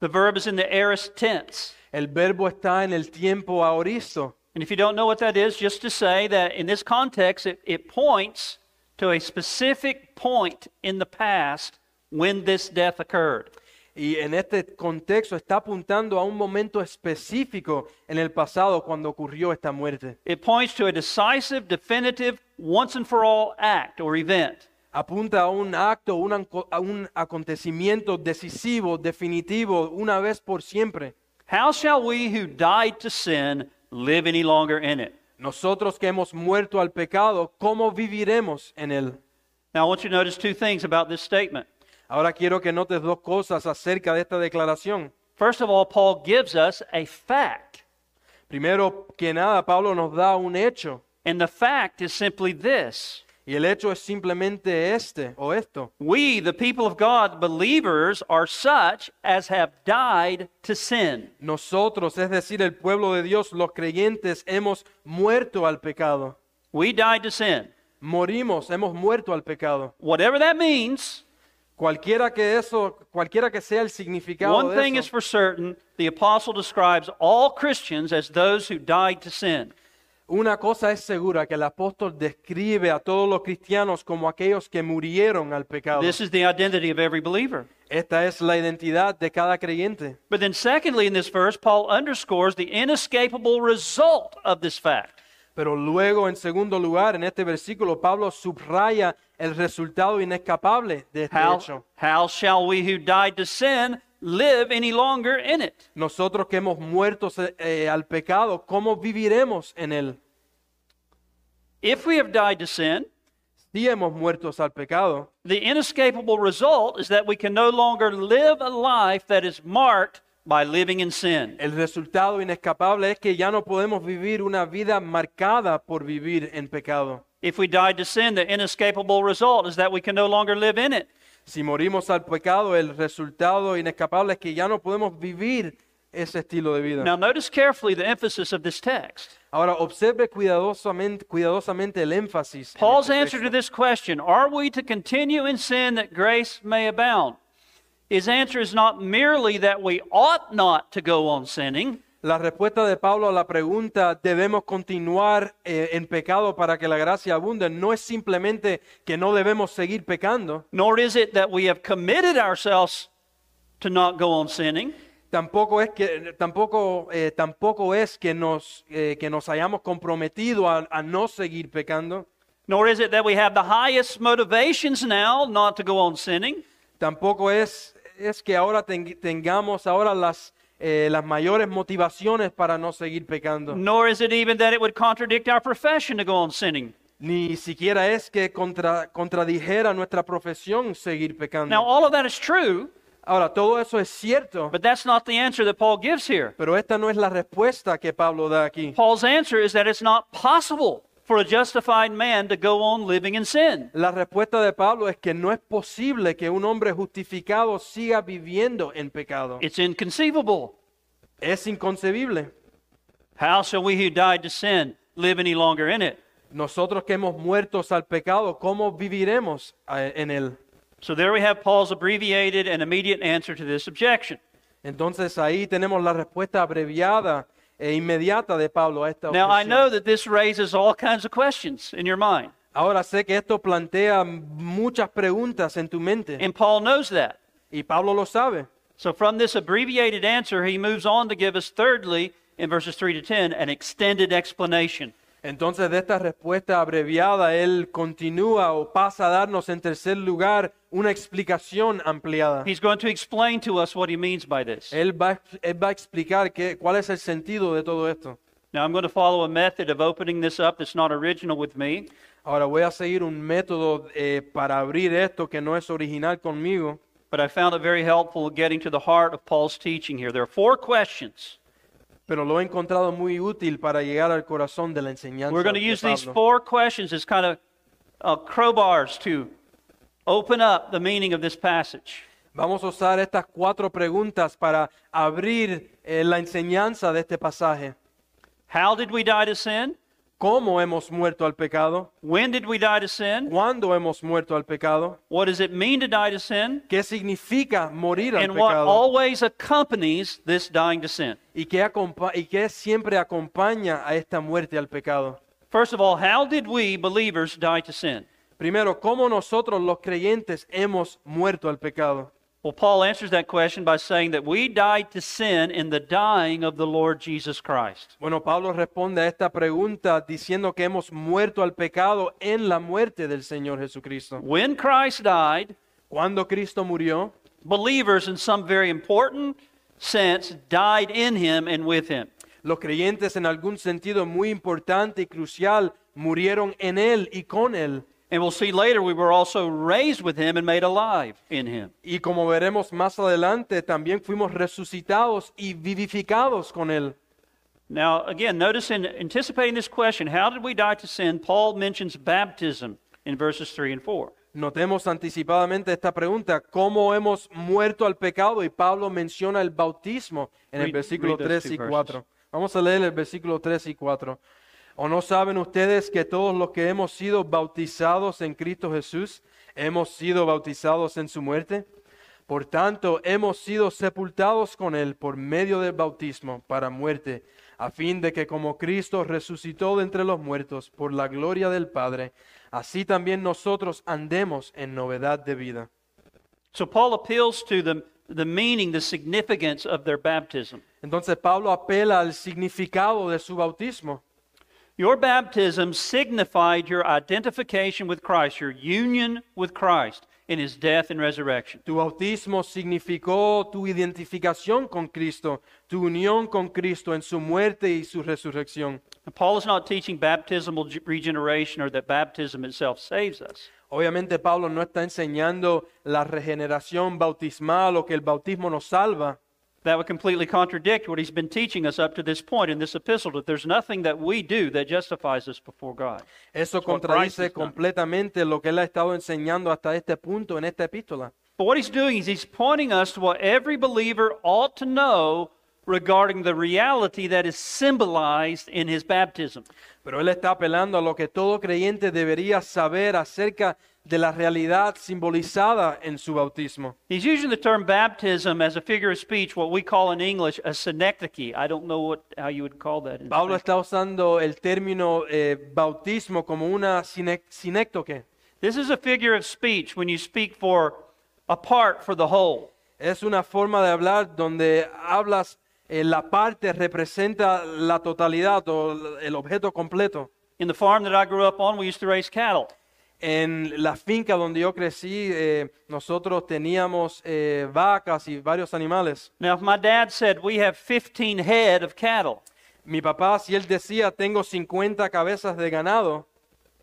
[SPEAKER 1] the verb is in the aorist tense.
[SPEAKER 2] El verbo está en el tiempo aoristo.
[SPEAKER 1] And if you don't know what that is, just to say that in this context, it, it points to a specific point in the past when this death occurred.
[SPEAKER 2] Y en este contexto está apuntando a un momento específico en el pasado cuando ocurrió esta muerte.
[SPEAKER 1] It points to a decisive, definitive, once and for all act or event.
[SPEAKER 2] Apunta a un acto, un anco- a un acontecimiento decisivo, definitivo, una vez por siempre.
[SPEAKER 1] How shall we who died to sin live any longer in it?
[SPEAKER 2] Nosotros que hemos muerto al pecado, ¿cómo viviremos en él?
[SPEAKER 1] Now, I want you to notice two things about this statement.
[SPEAKER 2] Ahora quiero que notes dos cosas acerca de esta declaración.
[SPEAKER 1] First of all, Paul gives us a fact.
[SPEAKER 2] Primero que nada, Pablo nos da un hecho,
[SPEAKER 1] And the fact is simply this
[SPEAKER 2] y el hecho es simplemente este o esto.
[SPEAKER 1] We, the people of God, believers, are such as have died to sin.
[SPEAKER 2] Nosotros, es decir, el pueblo de Dios, los creyentes, hemos muerto al pecado.
[SPEAKER 1] We died to sin.
[SPEAKER 2] Morimos, hemos muerto al pecado.
[SPEAKER 1] Whatever that means,
[SPEAKER 2] Cualquiera que eso, cualquiera que sea el significado
[SPEAKER 1] one
[SPEAKER 2] de
[SPEAKER 1] thing is
[SPEAKER 2] eso,
[SPEAKER 1] for certain the apostle describes all Christians as those who died to sin.
[SPEAKER 2] una cosa es segura que el apóstol describe a todos los cristianos como aquellos que murieron al pecado.
[SPEAKER 1] This is the identity of every believer.
[SPEAKER 2] Esta es la identidad de cada creyente.
[SPEAKER 1] But then, secondly, in this verse, Paul underscores the inescapable result of this fact.
[SPEAKER 2] Pero luego, en segundo lugar, en este versículo, Pablo subraya el resultado inescapable de este
[SPEAKER 1] How,
[SPEAKER 2] hecho.
[SPEAKER 1] how shall we who died to sin live any longer in it?
[SPEAKER 2] Nosotros que hemos muerto eh, al pecado, ¿cómo viviremos en él?
[SPEAKER 1] If we have died to sin,
[SPEAKER 2] Si hemos muerto al pecado,
[SPEAKER 1] the inescapable result is that we can no longer live a life that is marked by living in sin.
[SPEAKER 2] el resultado inescapable es que ya no podemos vivir una vida marcada por vivir en pecado.
[SPEAKER 1] If we died to sin, the inescapable result is that we can no longer live in it.
[SPEAKER 2] Si morimos al pecado, el resultado inescapable es que ya no podemos vivir ese estilo de vida.
[SPEAKER 1] Now, notice carefully the emphasis of this text.
[SPEAKER 2] Ahora, observe cuidadosamente, cuidadosamente el énfasis. en
[SPEAKER 1] Paul's
[SPEAKER 2] este
[SPEAKER 1] answer to
[SPEAKER 2] texto.
[SPEAKER 1] this question, are we to continue in sin that grace may abound? His answer is not merely that we ought not to go on sinning,
[SPEAKER 2] La respuesta de Pablo a la pregunta, ¿debemos continuar eh, en pecado para que la gracia abunde? No es simplemente que no debemos seguir pecando,
[SPEAKER 1] nor is it that we have committed ourselves to not go on sinning.
[SPEAKER 2] tampoco es que, tampoco, eh, tampoco es que, nos, eh, que nos hayamos comprometido a, a no seguir pecando,
[SPEAKER 1] Nor is it that we have the highest motivations now not to go on sinning.
[SPEAKER 2] tampoco es, es que ahora ten- tengamos ahora las, eh, las mayores motivaciones para no seguir pecando.
[SPEAKER 1] Mm. Nor is it even that it would contradict our profession to go on sinning.
[SPEAKER 2] Ni siquiera es que contra- contradijera nuestra profesión seguir
[SPEAKER 1] Now,
[SPEAKER 2] pecando.
[SPEAKER 1] all of that is true,
[SPEAKER 2] Ahora, todo eso es cierto,
[SPEAKER 1] but that's not the answer that Paul gives here.
[SPEAKER 2] pero esta no es la respuesta que Pablo da aquí.
[SPEAKER 1] Paul's answer is that it's not possible for a justified man to go on living in sin.
[SPEAKER 2] La respuesta de Pablo es que no es posible que un hombre justificado siga viviendo en pecado.
[SPEAKER 1] It's inconceivable.
[SPEAKER 2] Es inconcebible.
[SPEAKER 1] How shall we who died to sin live any longer in it?
[SPEAKER 2] Nosotros que hemos muertos al pecado, ¿cómo viviremos eh, en él?
[SPEAKER 1] So there we have Paul's abbreviated and immediate answer to this objection.
[SPEAKER 2] Entonces ahí tenemos la respuesta abreviada e inmediata de Pablo a esta
[SPEAKER 1] Now, I
[SPEAKER 2] objeción.
[SPEAKER 1] know that this raises all kinds of questions in your mind,
[SPEAKER 2] Ahora sé que esto plantea muchas preguntas en tu mente
[SPEAKER 1] and Paul knows that.
[SPEAKER 2] y Pablo lo sabe.
[SPEAKER 1] So, from this abbreviated answer, he moves on to give us, thirdly, in verses 3 to 10, an extended explanation.
[SPEAKER 2] Entonces de esta respuesta abreviada él continúa o pasa a darnos en tercer lugar una explicación ampliada.
[SPEAKER 1] He's going to explain to us what he means by this.
[SPEAKER 2] Él va, a ex- él va a explicar qué- cuál es el sentido de todo esto.
[SPEAKER 1] Now, I'm going to follow a method of opening this up that's not original with me.
[SPEAKER 2] Ahora voy a seguir un método eh, para abrir esto que no es original conmigo,
[SPEAKER 1] But I found it very helpful getting to the heart of Paul's teaching here. There are four questions.
[SPEAKER 2] pero lo he encontrado muy útil para llegar al corazón de la enseñanza.
[SPEAKER 1] We're going to
[SPEAKER 2] de
[SPEAKER 1] use these
[SPEAKER 2] Pablo.
[SPEAKER 1] four questions as kind of uh, crowbars to open up the meaning of this passage.
[SPEAKER 2] Vamos a usar estas cuatro preguntas para abrir eh, la enseñanza de este pasaje.
[SPEAKER 1] How did we die to sin?
[SPEAKER 2] ¿Cómo hemos muerto al pecado?
[SPEAKER 1] When did we die to sin?
[SPEAKER 2] ¿Cuándo hemos muerto al pecado?
[SPEAKER 1] What does it mean to die to sin?
[SPEAKER 2] ¿Qué significa morir al
[SPEAKER 1] And what
[SPEAKER 2] pecado?
[SPEAKER 1] always accompanies this dying to sin.
[SPEAKER 2] ¿Y qué, acompa- ¿Y qué siempre acompaña a esta muerte al pecado?
[SPEAKER 1] First of all, how did we believers die to sin?
[SPEAKER 2] Primero, ¿cómo nosotros los creyentes hemos muerto al pecado?
[SPEAKER 1] Well, Paul answers that question by saying that we died to sin in the dying of the Lord Jesus Christ.
[SPEAKER 2] Bueno, Pablo responde a esta pregunta diciendo que hemos muerto al pecado en la muerte del Señor Jesucristo.
[SPEAKER 1] When Christ died,
[SPEAKER 2] Cuando Cristo murió,
[SPEAKER 1] believers, in some very important sense, died in him and with him.
[SPEAKER 2] Los creyentes en algún sentido muy importante y crucial murieron en Él y con Él.
[SPEAKER 1] And we'll see later, we were also raised with him and made alive in him.
[SPEAKER 2] Y como veremos más adelante, también fuimos resucitados y vivificados con Él.
[SPEAKER 1] Now, again, notice in anticipating this question, how did we die to sin? Paul mentions baptism in verses 3 and 4.
[SPEAKER 2] Notemos anticipadamente esta pregunta, ¿cómo hemos muerto al pecado? Y Pablo menciona el bautismo en el
[SPEAKER 1] Read-
[SPEAKER 2] versículo
[SPEAKER 1] read those
[SPEAKER 2] 3
[SPEAKER 1] two
[SPEAKER 2] y
[SPEAKER 1] verses.
[SPEAKER 2] 4. Vamos a leer el versículo 3 y 4. ¿O no saben ustedes que todos los que hemos sido bautizados en Cristo Jesús, hemos sido bautizados en su muerte? Por tanto, hemos sido sepultados con Él por medio del bautismo para muerte, a fin de que como Cristo resucitó de entre los muertos por la gloria del Padre, así también nosotros andemos en novedad de vida.
[SPEAKER 1] So Paul appeals to them the meaning, the significance of their baptism.
[SPEAKER 2] Entonces Pablo apela al significado de su bautismo.
[SPEAKER 1] Your baptism signified your identification with Christ, your union with Christ in his death and resurrection.
[SPEAKER 2] Tu bautismo significó tu identificación con Cristo, tu unión con Cristo en su muerte y su resurrección.
[SPEAKER 1] And Paul is not teaching baptismal g- regeneration or that baptism itself saves us.
[SPEAKER 2] Obviamente Pablo no está enseñando la regeneración bautismal o que el bautismo nos salva.
[SPEAKER 1] That would completely contradict what he's been teaching us up to this point in this epistle that there's nothing that we do that justifies us before God.
[SPEAKER 2] Eso
[SPEAKER 1] That's what Christ has
[SPEAKER 2] contradice
[SPEAKER 1] done.
[SPEAKER 2] completamente lo que él ha estado enseñando hasta este punto en esta epístola.
[SPEAKER 1] But what he's doing is he's pointing us to what every believer ought to know regarding the reality that is symbolized in his baptism.
[SPEAKER 2] Pero él está apelando a lo que todo creyente debería saber acerca de la realidad simbolizada en su bautismo.
[SPEAKER 1] He's using the term baptism as a figure of speech, what we call in English a synecdoche. I don't know what, how you would call that. In
[SPEAKER 2] Pablo
[SPEAKER 1] Spanish.
[SPEAKER 2] está usando el término eh, bautismo como una sine- sinéctoque.
[SPEAKER 1] This is a figure of speech when you speak for a part for the whole.
[SPEAKER 2] Es una forma de hablar donde hablas, eh, la parte representa la totalidad o el objeto completo.
[SPEAKER 1] In the farm that I grew up on, we used to raise cattle.
[SPEAKER 2] En la finca donde yo crecí, eh, nosotros teníamos eh, vacas y varios animales.
[SPEAKER 1] Now, if my dad said we have 15 head of cattle,
[SPEAKER 2] Mi papá, si él decía, tengo 50 cabezas de ganado,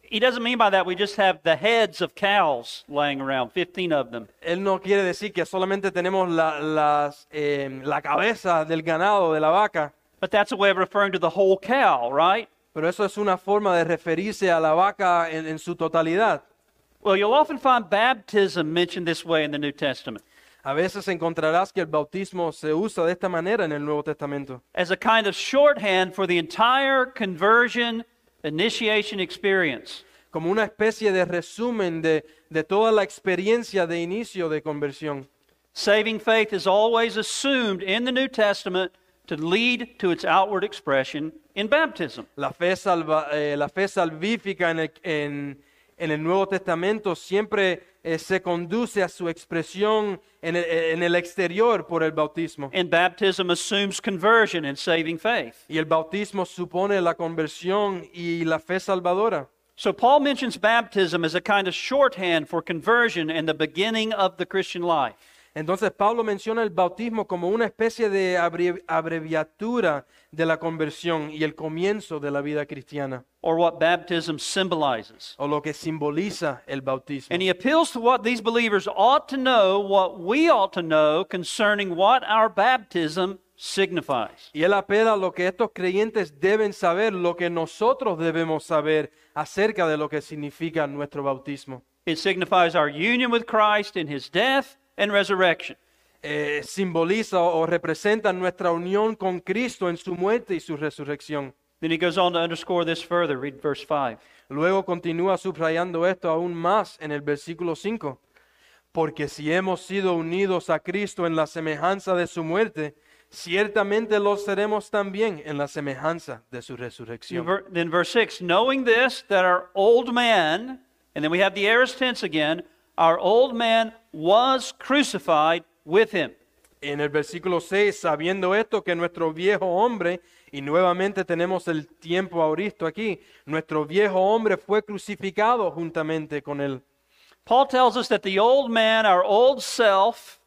[SPEAKER 1] he doesn't mean by that we just have the heads of cows laying around, 15 of them.
[SPEAKER 2] Él no quiere decir que solamente tenemos la, las, eh, la cabeza del ganado, de la vaca,
[SPEAKER 1] But that's a way of referring to the whole cow, right?
[SPEAKER 2] pero eso es una forma de referirse a la vaca en, en su totalidad.
[SPEAKER 1] Well, you'll often find baptism mentioned this way in the New Testament
[SPEAKER 2] A veces encontrarás que el bautismo se usa de esta manera en el Nuevo Testamento,
[SPEAKER 1] as a kind of shorthand for the entire conversion initiation experience.
[SPEAKER 2] como una especie de resumen de, de toda la experiencia de inicio de conversión.
[SPEAKER 1] Saving faith is always assumed in the New Testament to lead to its outward expression in baptism.
[SPEAKER 2] La fe, salva- eh, la fe salvífica en el, en- en el Nuevo Testamento siempre eh, se conduce a su expresión en el, en el exterior por el bautismo.
[SPEAKER 1] And baptism assumes conversion and saving faith.
[SPEAKER 2] Y el bautismo supone la conversión y la fe salvadora.
[SPEAKER 1] So Paul mentions baptism as a kind of shorthand for conversion and the beginning of the Christian life.
[SPEAKER 2] Entonces Pablo menciona el bautismo como una especie de abre- abreviatura de la conversión y el comienzo de la vida cristiana,
[SPEAKER 1] or what baptism symbolizes.
[SPEAKER 2] o lo que simboliza el bautismo.
[SPEAKER 1] And he appeals to what these believers ought to know, what we ought to know concerning what our baptism signifies.
[SPEAKER 2] Y él apela a lo que estos creyentes deben saber, lo que nosotros debemos saber acerca de lo que significa nuestro bautismo.
[SPEAKER 1] It signifies our union with Christ in his death and resurrection.
[SPEAKER 2] Eh, simboliza o representa nuestra unión con Cristo en su muerte y su resurrección.
[SPEAKER 1] Then he goes on to underscore this further. Read verse 5.
[SPEAKER 2] Luego continúa subrayando esto aún más en el versículo 5. Porque si hemos sido unidos a Cristo en la semejanza de su muerte, ciertamente lo seremos también en la semejanza de su resurrección.
[SPEAKER 1] Ver- Then verse 6 Knowing this, that our old man, and then we have the aorist tense again, our old man was crucified with him.
[SPEAKER 2] En el versículo 6, sabiendo esto que nuestro viejo hombre, y nuevamente tenemos el tiempo ahoristo aquí, nuestro viejo hombre fue crucificado juntamente con él.
[SPEAKER 1] Paul tells us that the old man, our old self,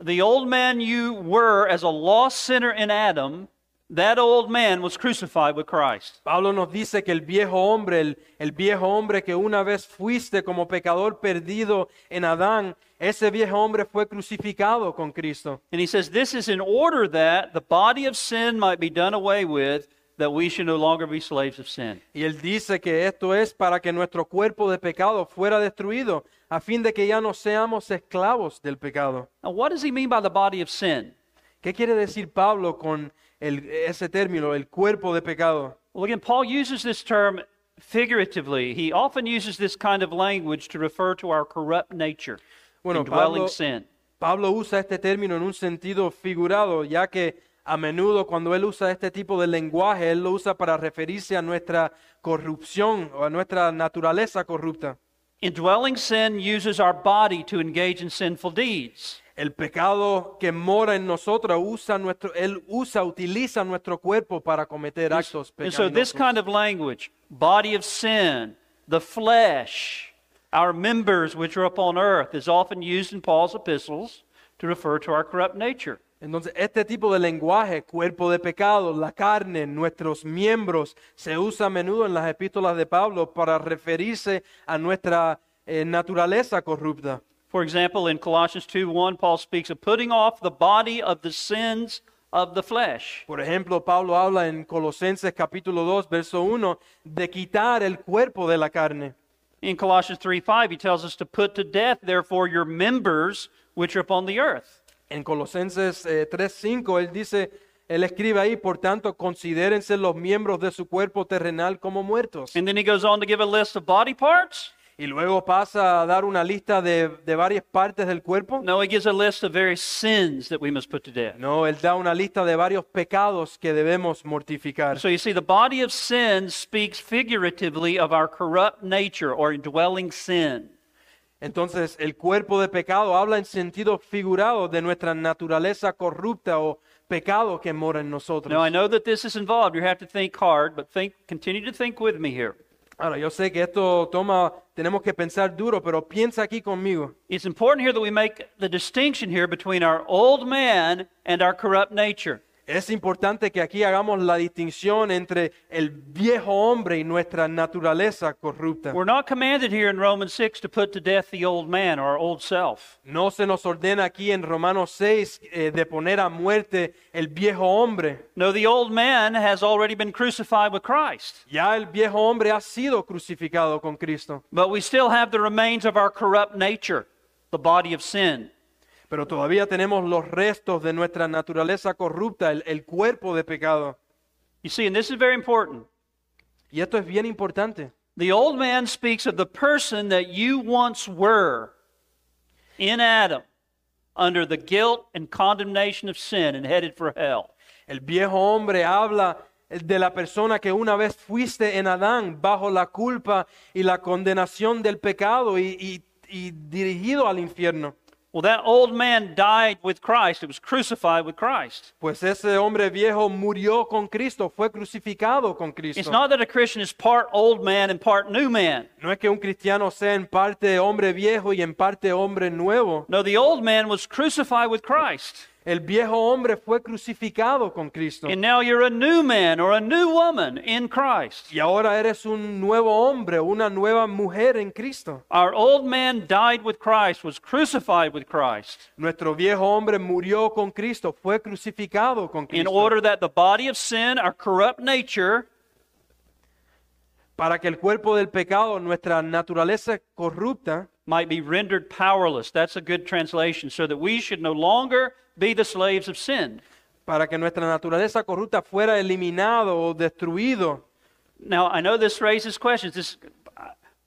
[SPEAKER 1] the old man you were as a lost sinner in Adam, that old man was crucified with Christ.
[SPEAKER 2] Pablo nos dice que el viejo hombre, el, el viejo hombre que una vez fuiste como pecador perdido en Adán, ese viejo hombre fue crucificado con Cristo.
[SPEAKER 1] And he says, This is in order that the body of sin might be done away with, that we should no longer be slaves of sin.
[SPEAKER 2] Y él dice que esto es para que nuestro cuerpo de pecado fuera destruido, a fin de que ya no seamos esclavos del pecado.
[SPEAKER 1] Now, what does he mean by the body of sin?
[SPEAKER 2] ¿Qué quiere decir Pablo con el- ese término, el cuerpo de pecado?
[SPEAKER 1] Well, again, Paul uses this term figuratively. He often uses this kind of language to refer to our corrupt nature,
[SPEAKER 2] Bueno,
[SPEAKER 1] and dwelling
[SPEAKER 2] Pablo-
[SPEAKER 1] sin.
[SPEAKER 2] Pablo usa este término en un sentido figurado, ya que a menudo cuando él usa este tipo de lenguaje, él lo usa para referirse a nuestra corrupción o a nuestra naturaleza corrupta.
[SPEAKER 1] Indwelling sin uses our body to engage in sinful deeds.
[SPEAKER 2] El pecado que mora en nosotros usa nuestro, él usa, utiliza nuestro cuerpo para cometer actos
[SPEAKER 1] And so, this
[SPEAKER 2] pecaminosos.
[SPEAKER 1] kind of language, body of sin, the flesh, our members which are upon earth, is often used in Paul's epistles to refer to our corrupt nature.
[SPEAKER 2] Entonces, este tipo de lenguaje, cuerpo de pecado, la carne, nuestros miembros, se usa a menudo en las epístolas de Pablo para referirse a nuestra eh, naturaleza corrupta.
[SPEAKER 1] For example, in Colossians 2 1, Paul speaks of putting off the body of the sins of the flesh.
[SPEAKER 2] Por ejemplo, Pablo habla en Colosenses capítulo 2, verso 1, de quitar el cuerpo de la carne.
[SPEAKER 1] In Colossians 3 5, he tells us to put to death, therefore, your members which are upon the earth.
[SPEAKER 2] En Colosenses eh, 3, 5, él dice, él escribe ahí, por tanto, considérense los miembros de su cuerpo terrenal como muertos.
[SPEAKER 1] And then he goes on to give a list of body parts.
[SPEAKER 2] Y luego pasa a dar una lista de, de varias partes del cuerpo.
[SPEAKER 1] No, he gives a list of various sins that we must put to death.
[SPEAKER 2] No, él da una lista de varios pecados que debemos mortificar.
[SPEAKER 1] So you see, the body of sin speaks figuratively of our corrupt nature or indwelling sin.
[SPEAKER 2] Entonces, el cuerpo de pecado habla en sentido figurado de nuestra naturaleza corrupta o pecado que mora en nosotros.
[SPEAKER 1] Now, I know that this is involved. You have to think hard, but think, continue to think with me here.
[SPEAKER 2] Ahora, yo sé que esto toma, tenemos que pensar duro, pero piensa aquí conmigo.
[SPEAKER 1] It's important here that we make the distinction here between our old man and our corrupt nature.
[SPEAKER 2] Es importante que aquí hagamos la distinción entre el viejo hombre y nuestra naturaleza corrupta.
[SPEAKER 1] We're not commanded here in Romans 6 to put to death the old man or our old self.
[SPEAKER 2] No se nos ordena aquí en Romanos 6 eh, de poner a muerte el viejo hombre.
[SPEAKER 1] No, the old man has already been crucified with Christ,
[SPEAKER 2] Ya el viejo hombre ha sido crucificado con Cristo,
[SPEAKER 1] but we still have the remains of our corrupt nature, the body of sin.
[SPEAKER 2] pero todavía tenemos los restos de nuestra naturaleza corrupta, el, el cuerpo de pecado.
[SPEAKER 1] You see, and this is very important.
[SPEAKER 2] Y esto es bien importante.
[SPEAKER 1] The old man speaks of the person that you once were in Adam under the guilt and condemnation of sin and headed for hell.
[SPEAKER 2] El viejo hombre habla de la persona que una vez fuiste en Adán bajo la culpa y la condenación del pecado y, y- y dirigido al infierno.
[SPEAKER 1] Well, that old man died with Christ, it was crucified with Christ.
[SPEAKER 2] Pues ese hombre viejo murió con Cristo, fue crucificado con
[SPEAKER 1] It's
[SPEAKER 2] Cristo.
[SPEAKER 1] not that a Christian is part old man and part new man.
[SPEAKER 2] No es que un cristiano sea en parte hombre viejo y en parte hombre nuevo.
[SPEAKER 1] No, the old man was crucified with Christ.
[SPEAKER 2] El viejo hombre fue crucificado con Cristo.
[SPEAKER 1] And now you're a new man or a new woman in Christ.
[SPEAKER 2] Y ahora eres un nuevo hombre, una nueva mujer en Cristo.
[SPEAKER 1] Our old man died with Christ, was crucified with Christ,
[SPEAKER 2] Nuestro viejo hombre murió con Cristo, fue crucificado con
[SPEAKER 1] in
[SPEAKER 2] Cristo.
[SPEAKER 1] order that the body of sin, our corrupt nature,
[SPEAKER 2] para que el cuerpo del pecado, nuestra naturaleza corrupta,
[SPEAKER 1] might be rendered powerless. That's a good translation. So that we should no longer be the slaves of sin.
[SPEAKER 2] para que nuestra naturaleza corrupta fuera eliminado o destruido.
[SPEAKER 1] Now, I know this raises questions. This,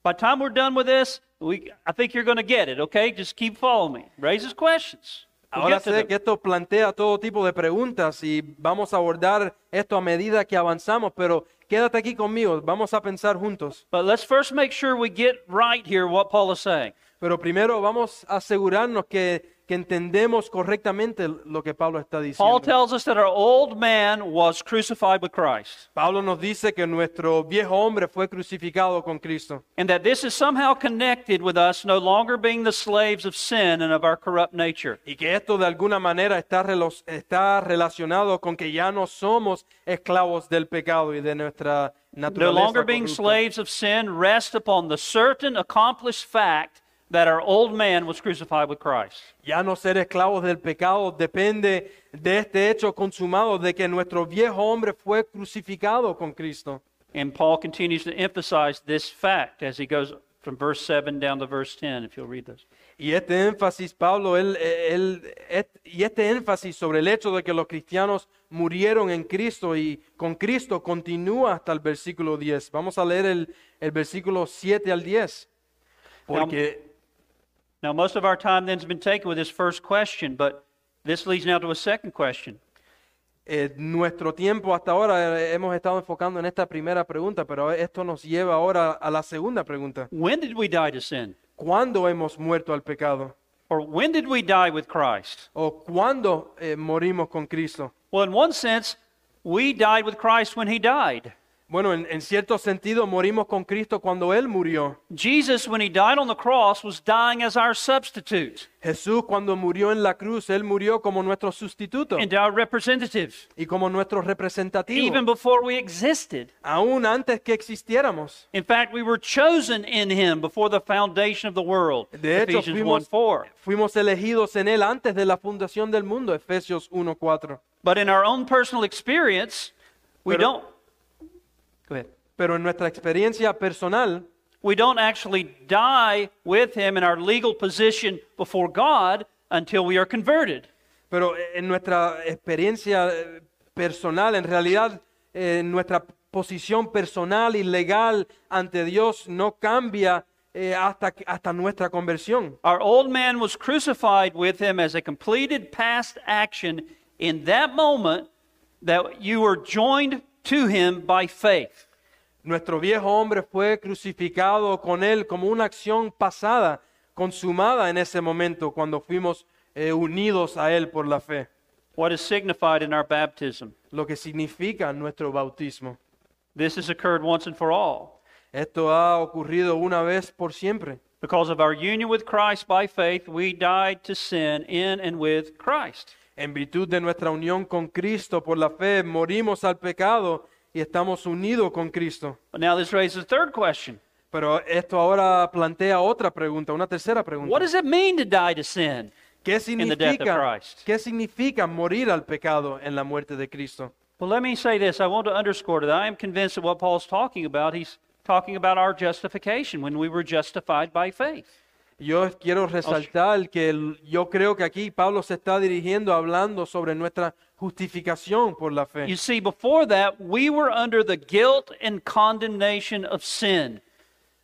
[SPEAKER 1] by the time we're done with this, we, I think you're going to get it, okay? Just keep following me. Raises questions. We'll
[SPEAKER 2] Ahora
[SPEAKER 1] get to
[SPEAKER 2] sé
[SPEAKER 1] them.
[SPEAKER 2] que esto plantea todo tipo de preguntas y vamos a abordar esto a medida que avanzamos, pero quédate aquí conmigo, vamos a pensar juntos.
[SPEAKER 1] But let's first make sure we get right here what Paul is saying.
[SPEAKER 2] Pero primero vamos a asegurarnos que, que entendemos correctamente lo que Pablo está
[SPEAKER 1] Paul
[SPEAKER 2] diciendo.
[SPEAKER 1] tells us that our old man was crucified with Christ,
[SPEAKER 2] Pablo nos dice que nuestro viejo hombre fue crucificado con Cristo.
[SPEAKER 1] and that this is somehow connected with us no longer being the slaves of sin and of our corrupt nature.
[SPEAKER 2] Y que esto de alguna manera está, relo- está relacionado con que ya no somos esclavos del pecado y de nuestra
[SPEAKER 1] No
[SPEAKER 2] naturaleza.
[SPEAKER 1] longer being
[SPEAKER 2] corrupta.
[SPEAKER 1] slaves of sin rest upon the certain accomplished fact that our old man was crucified with Christ.
[SPEAKER 2] Ya no ser esclavos del pecado depende de este hecho consumado, de que nuestro viejo hombre fue crucificado con Cristo.
[SPEAKER 1] And Paul continues to emphasize this fact as he goes from verse 7 down to verse 10, if you'll read this.
[SPEAKER 2] Y este énfasis, Pablo, él- él- et- y este énfasis sobre el hecho de que los cristianos murieron en Cristo y con Cristo continúa hasta el versículo 10. Vamos a leer el, el versículo 7 al 10. Porque
[SPEAKER 1] Now, most of our time then has been taken with this first question, but this leads now to a second question.
[SPEAKER 2] eh, nuestro tiempo hasta ahora eh, hemos estado enfocando en esta primera pregunta, pero esto nos lleva ahora a la segunda pregunta.
[SPEAKER 1] When did we die to sin?
[SPEAKER 2] ¿Cuándo hemos muerto al pecado?
[SPEAKER 1] Or when did we die with Christ?
[SPEAKER 2] ¿O cuándo eh, morimos con Cristo?
[SPEAKER 1] Well, in one sense, we died with Christ when he died.
[SPEAKER 2] Bueno, en, en cierto sentido morimos con Cristo cuando Él murió.
[SPEAKER 1] Jesus, when he died on the cross, was dying as our substitute
[SPEAKER 2] Jesús cuando murió en la cruz, Él murió como nuestro sustituto
[SPEAKER 1] and our representative,
[SPEAKER 2] y como nuestro representativo,
[SPEAKER 1] even before we existed.
[SPEAKER 2] aún antes que existiéramos.
[SPEAKER 1] In fact, we were chosen in him before the foundation of the world.
[SPEAKER 2] De hecho,
[SPEAKER 1] Ephesians 1
[SPEAKER 2] fuimos,
[SPEAKER 1] 4.
[SPEAKER 2] fuimos elegidos en Él antes de la fundación del mundo, Efesios 1.4.
[SPEAKER 1] But in our own personal experience, we
[SPEAKER 2] Pero-
[SPEAKER 1] don't go ahead.
[SPEAKER 2] Pero en nuestra experiencia personal,
[SPEAKER 1] We don't actually die with him in our legal position before God until we are converted.
[SPEAKER 2] Pero en nuestra experiencia eh, personal, en realidad, eh, nuestra posición personal y legal ante Dios no cambia eh, hasta, que- hasta nuestra conversión.
[SPEAKER 1] Our old man was crucified with him as a completed past action in that moment that you were joined to him by faith.
[SPEAKER 2] Nuestro viejo hombre fue crucificado con él como una acción pasada, consumada en ese momento, cuando fuimos eh, unidos a él por la fe,
[SPEAKER 1] What is signified in our baptism?
[SPEAKER 2] lo que significa nuestro bautismo.
[SPEAKER 1] This has occurred once and for all.
[SPEAKER 2] Esto ha ocurrido una vez por siempre.
[SPEAKER 1] Because of our union with Christ by faith, we died to sin in and with Christ.
[SPEAKER 2] En virtud de nuestra unión con Cristo por la fe, morimos al pecado y estamos unidos con Cristo.
[SPEAKER 1] But now this raises a third question.
[SPEAKER 2] Pero esto ahora plantea otra pregunta, una tercera pregunta.
[SPEAKER 1] What does it mean to die to sin?
[SPEAKER 2] ¿Qué
[SPEAKER 1] the death of
[SPEAKER 2] significa,
[SPEAKER 1] Christ.
[SPEAKER 2] ¿Qué significa morir al pecado en la muerte de Cristo?
[SPEAKER 1] Well, let me say this. I want to underscore that I am convinced that what Paul's talking about, he's talking about our justification when we were justified by faith.
[SPEAKER 2] Yo quiero resaltar que el- yo creo que aquí Pablo se está dirigiendo hablando sobre nuestra justificación por la fe.
[SPEAKER 1] You see, before that, we were under the guilt and condemnation of sin.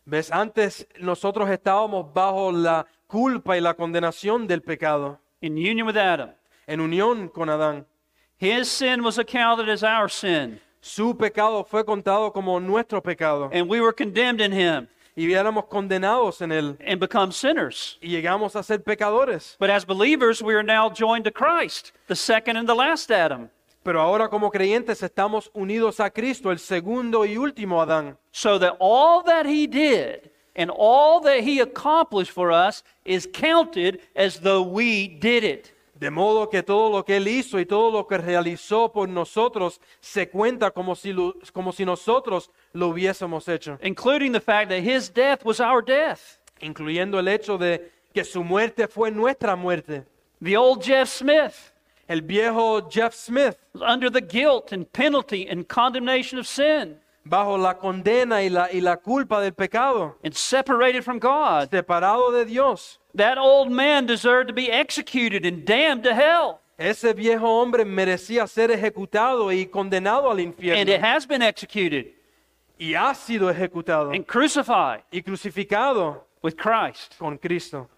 [SPEAKER 2] ¿Ves? Antes nosotros estábamos bajo la culpa y la condenación del pecado,
[SPEAKER 1] in union with Adam.
[SPEAKER 2] en unión con Adán.
[SPEAKER 1] His sin was accounted as our sin,
[SPEAKER 2] Su pecado fue contado como nuestro pecado
[SPEAKER 1] and we were condemned in him
[SPEAKER 2] y éramos condenados en él
[SPEAKER 1] and become sinners.
[SPEAKER 2] y llegamos a ser pecadores.
[SPEAKER 1] But as believers, we are now joined to Christ, the second and the last Adam.
[SPEAKER 2] Pero ahora como creyentes estamos unidos a Cristo, el segundo y último Adán.
[SPEAKER 1] So that all that he did and all that he accomplished for us is counted as though we did it.
[SPEAKER 2] De modo que todo lo que Él hizo y todo lo que realizó por nosotros se cuenta como si, lo- como si nosotros lo hubiésemos hecho,
[SPEAKER 1] Including the fact that his death was our death.
[SPEAKER 2] incluyendo el hecho de que su muerte fue nuestra muerte.
[SPEAKER 1] The old Jeff Smith
[SPEAKER 2] El viejo Jeff Smith,
[SPEAKER 1] was under the guilt and penalty and condemnation of sin
[SPEAKER 2] bajo la condena y la, y la culpa del pecado,
[SPEAKER 1] and separated from God.
[SPEAKER 2] separado de Dios,
[SPEAKER 1] That old man deserved to be executed and damned to hell.
[SPEAKER 2] ese viejo hombre merecía ser ejecutado y condenado al
[SPEAKER 1] And it
[SPEAKER 2] infierno.
[SPEAKER 1] has been executed
[SPEAKER 2] Y ha sido ejecutado
[SPEAKER 1] and crucified
[SPEAKER 2] y crucificado
[SPEAKER 1] with Christ.
[SPEAKER 2] con Cristo.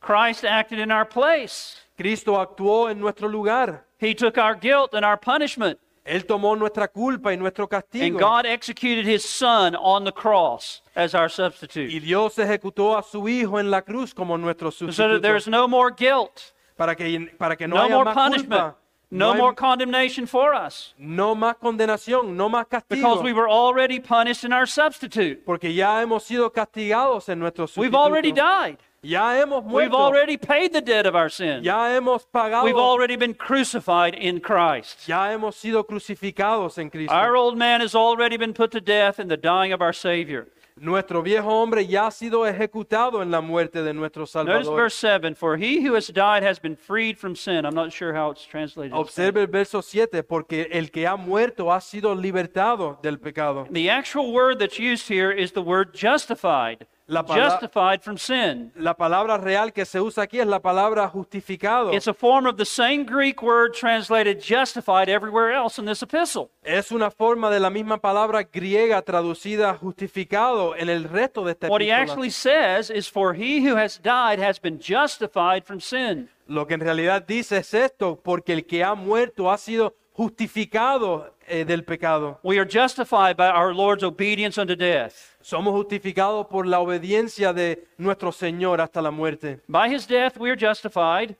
[SPEAKER 1] Christ acted in our place.
[SPEAKER 2] Cristo actuó en nuestro lugar.
[SPEAKER 1] He took our guilt and our punishment.
[SPEAKER 2] Él tomó nuestra culpa y nuestro
[SPEAKER 1] And
[SPEAKER 2] castigo.
[SPEAKER 1] God executed his son on the cross as our
[SPEAKER 2] y
[SPEAKER 1] substitute.
[SPEAKER 2] Dios ejecutó a su Hijo en la cruz como nuestro
[SPEAKER 1] So
[SPEAKER 2] sustituto.
[SPEAKER 1] that there's no more guilt,
[SPEAKER 2] para que, para que no,
[SPEAKER 1] no
[SPEAKER 2] haya
[SPEAKER 1] more
[SPEAKER 2] más
[SPEAKER 1] punishment,
[SPEAKER 2] culpa,
[SPEAKER 1] no
[SPEAKER 2] hay-
[SPEAKER 1] more condemnation for us.
[SPEAKER 2] no más condenación, no más castigo.
[SPEAKER 1] Because we were already punished in our substitute.
[SPEAKER 2] porque ya hemos sido castigados en nuestro sustituto.
[SPEAKER 1] We've already died.
[SPEAKER 2] Ya hemos
[SPEAKER 1] We've
[SPEAKER 2] muerto.
[SPEAKER 1] already paid the debt of our sin.
[SPEAKER 2] ya hemos pagado.
[SPEAKER 1] We've already been crucified in Christ.
[SPEAKER 2] ya hemos sido crucificados en Cristo.
[SPEAKER 1] Our old man has already been put to death in the dying of our Savior.
[SPEAKER 2] nuestro viejo hombre ya ha sido ejecutado en la muerte de nuestro
[SPEAKER 1] Notice
[SPEAKER 2] Salvador.
[SPEAKER 1] verse 7 For he who has died has been freed from sin. I'm not sure how it's translated.
[SPEAKER 2] Observe el verso 7, porque el que ha muerto ha sido libertado del pecado.
[SPEAKER 1] The actual word that's used here is the word justified.
[SPEAKER 2] La palabra-
[SPEAKER 1] Justified from sin.
[SPEAKER 2] La palabra real que se usa aquí es la palabra justificado.
[SPEAKER 1] It's a form of the same Greek word translated justified everywhere else in this epistle.
[SPEAKER 2] Es una forma de la misma palabra griega traducida justificado en el resto de esta
[SPEAKER 1] What he
[SPEAKER 2] epístola.
[SPEAKER 1] actually says is, For he who has died has been justified from sin.
[SPEAKER 2] Lo que en realidad dice es esto, porque el que ha muerto ha sido justificado eh, del pecado.
[SPEAKER 1] We are justified by our Lord's obedience unto death.
[SPEAKER 2] Somos justificados por la obediencia de nuestro Señor hasta la muerte.
[SPEAKER 1] By his death we are justified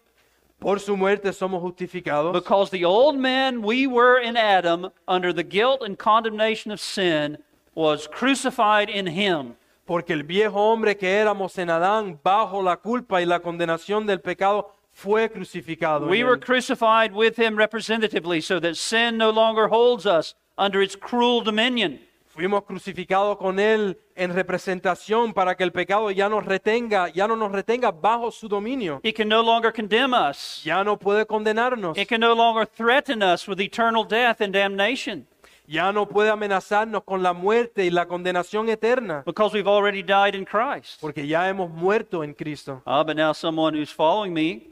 [SPEAKER 2] Por su muerte somos justificados,
[SPEAKER 1] because the old man we were in Adam under the guilt and condemnation of sin was crucified in him.
[SPEAKER 2] porque el viejo hombre que éramos en Adán, bajo la culpa y la condenación del pecado, fue crucificado. en
[SPEAKER 1] We
[SPEAKER 2] él.
[SPEAKER 1] were crucified with him representatively so that sin no longer holds us under its cruel dominion.
[SPEAKER 2] Fuimos crucificados con Él en representación para que el pecado ya nos retenga, ya no nos retenga bajo su dominio.
[SPEAKER 1] It can no longer condemn us.
[SPEAKER 2] Ya no puede condenarnos,
[SPEAKER 1] It can no longer threaten us with eternal death and damnation
[SPEAKER 2] ya no puede amenazarnos con la muerte y la condenación eterna,
[SPEAKER 1] because we've already died in Christ.
[SPEAKER 2] porque ya hemos muerto en Cristo.
[SPEAKER 1] Ah, but now someone who's following me,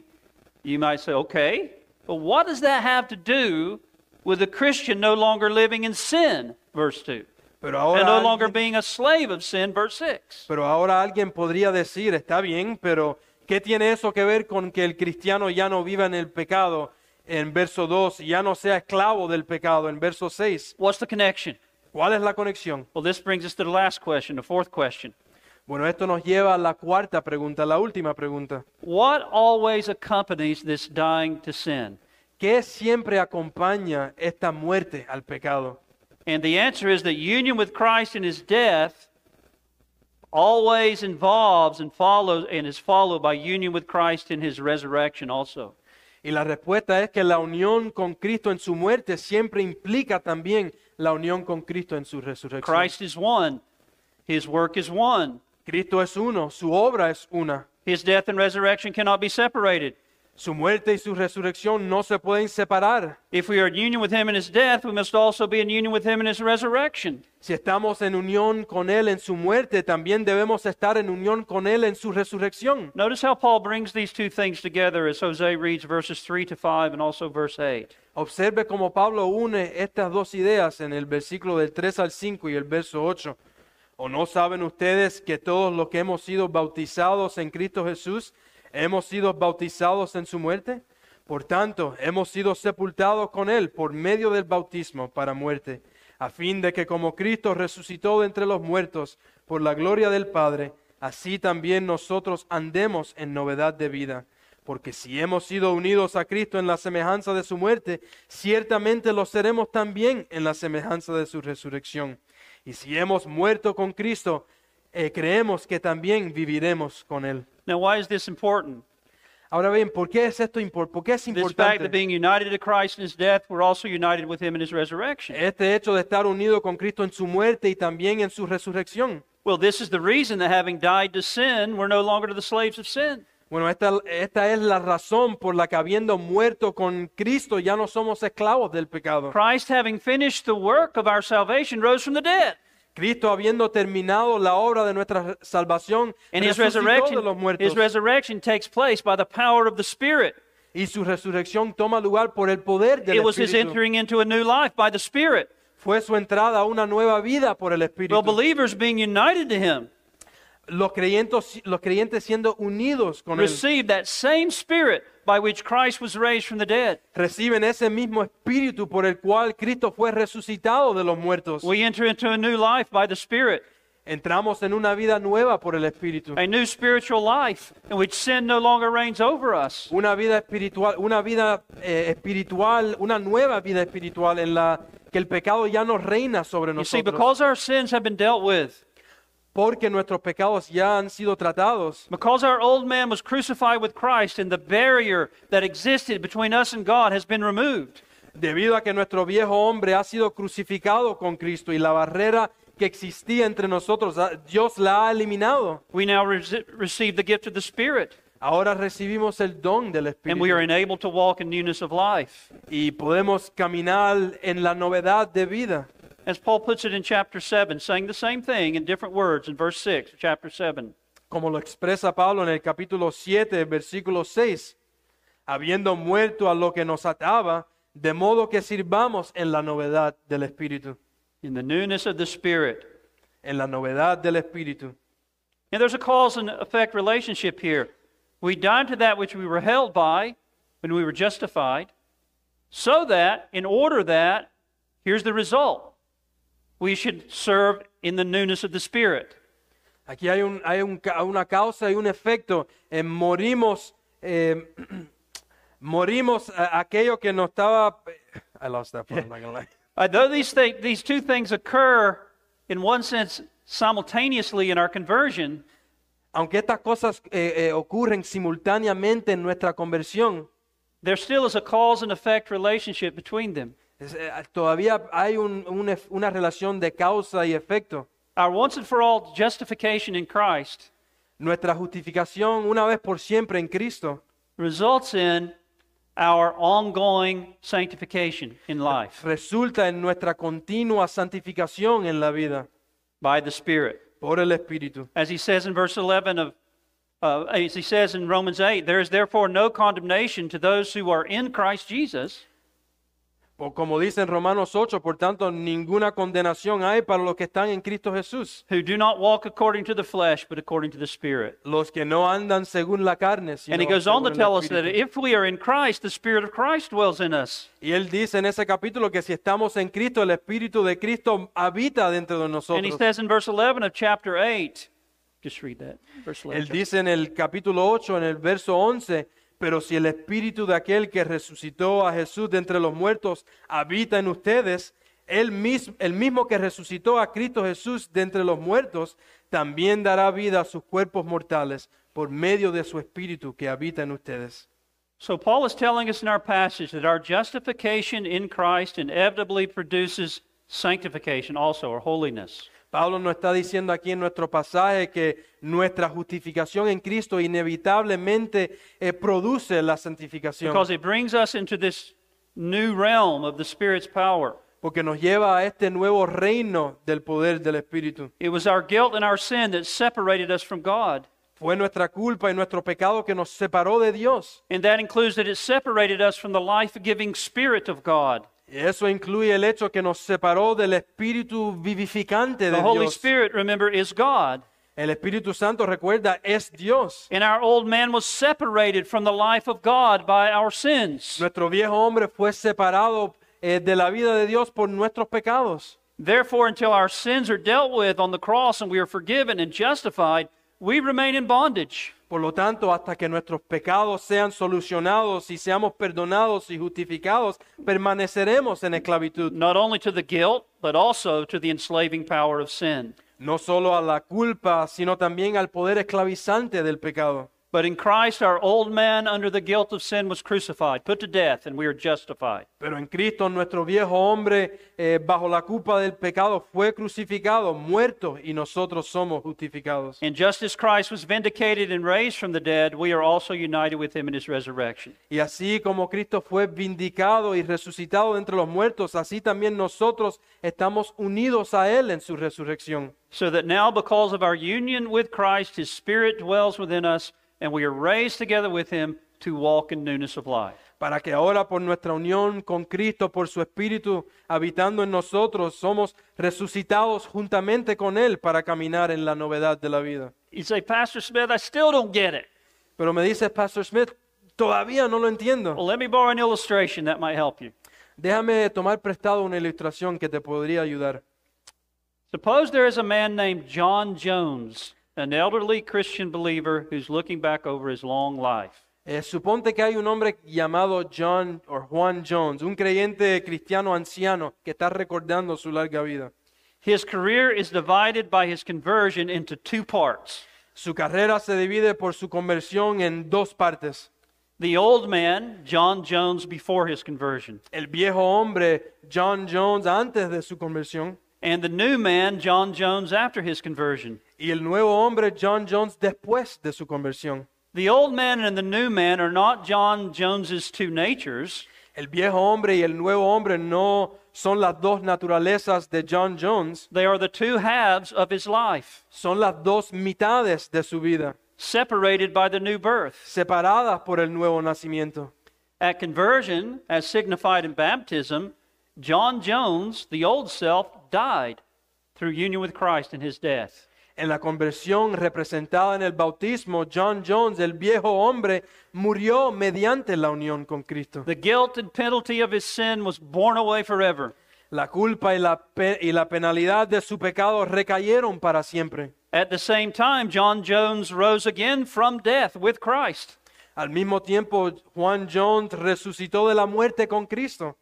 [SPEAKER 1] you might say, okay, but what does that have to do with a Christian no longer living in sin, verse 2,
[SPEAKER 2] Pero
[SPEAKER 1] and no
[SPEAKER 2] ahora,
[SPEAKER 1] longer
[SPEAKER 2] alguien,
[SPEAKER 1] being a slave of sin, verse 6?
[SPEAKER 2] pero ahora alguien podría decir, está bien, pero ¿qué tiene eso que ver con que el cristiano ya no viva en el pecado en verso 2 y ya no sea esclavo del pecado en verso 6?
[SPEAKER 1] What's the connection?
[SPEAKER 2] ¿Cuál es la conexión?
[SPEAKER 1] Well, this brings us to the last question, the fourth question.
[SPEAKER 2] Bueno, esto nos lleva a la cuarta pregunta, la última pregunta.
[SPEAKER 1] What always accompanies this dying to sin?
[SPEAKER 2] ¿Qué siempre acompaña esta muerte al pecado?
[SPEAKER 1] And the answer is that union with Christ in his death always involves and follows and is followed by union with Christ in his resurrection also.
[SPEAKER 2] Y la respuesta es que la unión con Cristo en su muerte siempre implica también la unión con Cristo en su resurrección.
[SPEAKER 1] Christ is one, his work is one,
[SPEAKER 2] Cristo es uno, su obra es una.
[SPEAKER 1] his death and resurrection cannot be separated.
[SPEAKER 2] Su muerte y su resurrección no se pueden separar.
[SPEAKER 1] If we are in union with him in his death, we must also be in union with him in his resurrection.
[SPEAKER 2] Si estamos en unión con Él en su muerte, también debemos estar en unión con Él en su resurrección.
[SPEAKER 1] Notice how Paul brings these two things together as Jose reads verses 3 to 5 and also verse 8.
[SPEAKER 2] Observe cómo Pablo une estas dos ideas en el versículo del 3 al 5 y el verso 8. ¿O no saben ustedes que todos los que hemos sido bautizados en Cristo Jesús hemos sido bautizados en su muerte? Por tanto, hemos sido sepultados con Él por medio del bautismo para muerte, a fin de que como Cristo resucitó de entre los muertos por la gloria del Padre, así también nosotros andemos en novedad de vida. Porque si hemos sido unidos a Cristo en la semejanza de su muerte, ciertamente lo seremos también en la semejanza de su resurrección. Y si hemos muerto con Cristo, eh, creemos que también viviremos con Él.
[SPEAKER 1] Now, why is this important?
[SPEAKER 2] Ahora bien, ¿por qué es esto impor- por qué es
[SPEAKER 1] This fact that
[SPEAKER 2] importante?
[SPEAKER 1] being united to Christ in his death, we're also united with him in his resurrection.
[SPEAKER 2] Este hecho de estar unido con Cristo en su muerte y también en su resurrección.
[SPEAKER 1] Well, this is the reason that having died to sin, we're no longer to the slaves of sin.
[SPEAKER 2] Bueno, esta, esta es la razón por la que habiendo muerto con Cristo ya no somos esclavos del pecado.
[SPEAKER 1] Christ, having finished the work of our salvation, rose from the dead.
[SPEAKER 2] Cristo habiendo terminado la obra de nuestra salvación
[SPEAKER 1] And his
[SPEAKER 2] resucitó de los
[SPEAKER 1] resurrection,
[SPEAKER 2] muertos
[SPEAKER 1] his resurrection takes place by the power of the Spirit.
[SPEAKER 2] y su resurrección toma lugar por el poder del
[SPEAKER 1] It was his
[SPEAKER 2] Espíritu.
[SPEAKER 1] entering into a new life by the Spirit.
[SPEAKER 2] Fue su entrada a una nueva vida por el Espíritu.
[SPEAKER 1] Well, believers being united to him
[SPEAKER 2] Los creyentes, los creyentes siendo unidos con él
[SPEAKER 1] received that same Spirit by which Christ was raised from the dead.
[SPEAKER 2] reciben ese mismo Espíritu por el cual Cristo fue resucitado de los muertos.
[SPEAKER 1] We enter into a new life by the Spirit,
[SPEAKER 2] Entramos en una vida nueva por el Espíritu,
[SPEAKER 1] a new spiritual life in which sin no longer reigns over us.
[SPEAKER 2] una vida espiritual, una vida eh, espiritual, una nueva vida espiritual en la que el pecado ya no reina sobre
[SPEAKER 1] You see,
[SPEAKER 2] nosotros.
[SPEAKER 1] because our sins have been dealt with,
[SPEAKER 2] porque nuestros pecados ya han sido tratados,
[SPEAKER 1] because our old man was crucified with Christ and the barrier that existed between us and God has been removed,
[SPEAKER 2] debido a que nuestro viejo hombre ha sido crucificado con Cristo y la barrera que existía entre nosotros, ah, Dios la ha eliminado.
[SPEAKER 1] we now re- receive the gift of the Spirit
[SPEAKER 2] Ahora recibimos el don del
[SPEAKER 1] and we are
[SPEAKER 2] Espíritu
[SPEAKER 1] enabled to walk in newness of life.
[SPEAKER 2] y podemos caminar en la novedad de vida.
[SPEAKER 1] As Paul puts it in chapter 7, saying the same thing in different words in verse 6, of chapter 7.
[SPEAKER 2] como lo expresa Pablo en el capítulo 7, versículo 6, habiendo muerto a lo que nos ataba, de modo que sirvamos en la novedad del Espíritu,
[SPEAKER 1] In the newness of the Spirit.
[SPEAKER 2] en la novedad del Espíritu.
[SPEAKER 1] And there's a cause and effect relationship here. We died to that which we were held by when we were justified, so that, in order that, here's the result we should serve in the newness of the Spirit.
[SPEAKER 2] Aquí hay, un- hay un ca- una causa y un efecto. Eh, morimos, eh, morimos a- aquello que nos estaba... I lost that part, I'm not gonna lie.
[SPEAKER 1] Uh, though these, th- these two things occur, in one sense, simultaneously in our conversion,
[SPEAKER 2] Aunque estas cosas eh, eh, ocurren simultáneamente en nuestra conversión,
[SPEAKER 1] there still is a cause and effect relationship between them.
[SPEAKER 2] Es, eh, Todavía hay un- un ef- una relación de causa y efecto.
[SPEAKER 1] Our once and for all justification in Christ
[SPEAKER 2] Nuestra justificación una vez por siempre en Cristo
[SPEAKER 1] results in our ongoing sanctification in life
[SPEAKER 2] resulta en nuestra continua santificación en la vida
[SPEAKER 1] by the Spirit.
[SPEAKER 2] por el Espíritu.
[SPEAKER 1] As he says in verse 11 of, uh, as he says in Romans 8, there is therefore no condemnation to those who are in Christ Jesus,
[SPEAKER 2] O como dice en Romanos 8, por tanto, ninguna condenación hay para los que están en Cristo Jesús,
[SPEAKER 1] who do not walk according to the flesh, but according to the Spirit.
[SPEAKER 2] los que no andan según la carne. Sino
[SPEAKER 1] And he goes on to
[SPEAKER 2] según el
[SPEAKER 1] tell us that
[SPEAKER 2] Espíritu.
[SPEAKER 1] if we are in Christ, the Spirit of Christ dwells in us.
[SPEAKER 2] Y él dice en ese capítulo que si estamos en Cristo, el Espíritu de Cristo habita dentro de
[SPEAKER 1] And he
[SPEAKER 2] nosotros.
[SPEAKER 1] says in verse 11 of chapter 8, just read that. Verse 11.
[SPEAKER 2] Él dice en el capítulo 8, en el verso 11, pero si el espíritu de aquel que resucitó a Jesús de entre los muertos habita en ustedes, él mismo, el mismo que resucitó a Cristo Jesús de entre los muertos, también dará vida a sus cuerpos mortales por medio de su espíritu que habita en ustedes.
[SPEAKER 1] So, Paul is telling us in our passage that our justification in Christ inevitably produces sanctification also, or holiness.
[SPEAKER 2] Pablo nos está diciendo aquí en nuestro pasaje que nuestra justificación en Cristo inevitablemente eh, produce la santificación,
[SPEAKER 1] Because it brings us into this new realm of the Spirit's power.
[SPEAKER 2] porque nos lleva a este nuevo reino del poder del Espíritu.
[SPEAKER 1] It was our guilt and our sin that separated us from God.
[SPEAKER 2] Fue nuestra culpa y nuestro pecado que nos separó de Dios.
[SPEAKER 1] And that includes that it separated us from the life giving Spirit of God.
[SPEAKER 2] Y eso incluye el hecho que nos separó del Espíritu vivificante de
[SPEAKER 1] The Holy
[SPEAKER 2] Dios.
[SPEAKER 1] Spirit, remember, is God.
[SPEAKER 2] El Espíritu Santo, recuerda, es Dios.
[SPEAKER 1] And our old man was separated from the life of God by our sins.
[SPEAKER 2] Nuestro viejo hombre fue separado eh, de la vida de Dios por nuestros pecados.
[SPEAKER 1] Therefore, until our sins are dealt with on the cross and we are forgiven and justified, we remain in bondage.
[SPEAKER 2] Por lo tanto, hasta que nuestros pecados sean solucionados y seamos perdonados y justificados, permaneceremos en esclavitud,
[SPEAKER 1] not only to the guilt, but also to the enslaving power of sin.
[SPEAKER 2] no solo a la culpa, sino también al poder esclavizante del pecado.
[SPEAKER 1] But in Christ, our old man under the guilt of sin was crucified, put to death, and we are justified.
[SPEAKER 2] Pero en Cristo nuestro viejo hombre, eh, bajo la culpa del pecado, fue crucificado, muerto, y nosotros somos justificados.
[SPEAKER 1] And just as Christ was vindicated and raised from the dead, we are also united with him in his resurrection.
[SPEAKER 2] Y así como Cristo fue vindicado y resucitado de entre los muertos, así también nosotros estamos unidos a Él en su resurrección.
[SPEAKER 1] So that now, because of our union with Christ, his spirit dwells within us, and we are raised together with him to walk in newness of life.
[SPEAKER 2] Para que ahora por nuestra unión con Cristo, por su Espíritu habitando en nosotros, somos resucitados juntamente con Él para caminar en la novedad de la vida.
[SPEAKER 1] You say, Pastor Smith, I still don't get it.
[SPEAKER 2] Pero me dice Pastor Smith, todavía no lo entiendo.
[SPEAKER 1] Well, let me borrow an illustration that might help you.
[SPEAKER 2] Déjame tomar prestado una ilustración que te podría ayudar.
[SPEAKER 1] Suppose there is a man named John Jones, an elderly Christian believer who's looking back over his long life.
[SPEAKER 2] Eh, suponte que hay un hombre llamado John o Juan Jones, un creyente cristiano anciano que está recordando su larga vida.
[SPEAKER 1] His career is divided by his conversion into two parts
[SPEAKER 2] Su carrera se divide por su conversión en dos partes.
[SPEAKER 1] the old man, John Jones, before his conversion,
[SPEAKER 2] El viejo hombre John Jones antes de su conversión
[SPEAKER 1] and the new man, John Jones, after his conversion.
[SPEAKER 2] y el nuevo hombre John Jones después de su conversión.
[SPEAKER 1] The old man and the new man are not John Jones's two natures,
[SPEAKER 2] El viejo hombre y el nuevo hombre no son las dos naturalezas de John Jones,
[SPEAKER 1] they are the two halves of his life,
[SPEAKER 2] son las dos mitades de su vida,
[SPEAKER 1] separated by the new birth.
[SPEAKER 2] separadas por el nuevo nacimiento.
[SPEAKER 1] At conversion, as signified in baptism, John Jones, the old self, died through union with Christ in his death.
[SPEAKER 2] En la conversión representada en el bautismo, John Jones, el viejo hombre, murió mediante la unión con Cristo.
[SPEAKER 1] The guilt and penalty of his sin was borne away forever.
[SPEAKER 2] La culpa y la, pe- y la penalidad de su pecado recayeron para siempre.
[SPEAKER 1] At the same time, John Jones rose again from death with Christ,
[SPEAKER 2] Al mismo tiempo, Juan Jones resucitó de la muerte con Cristo.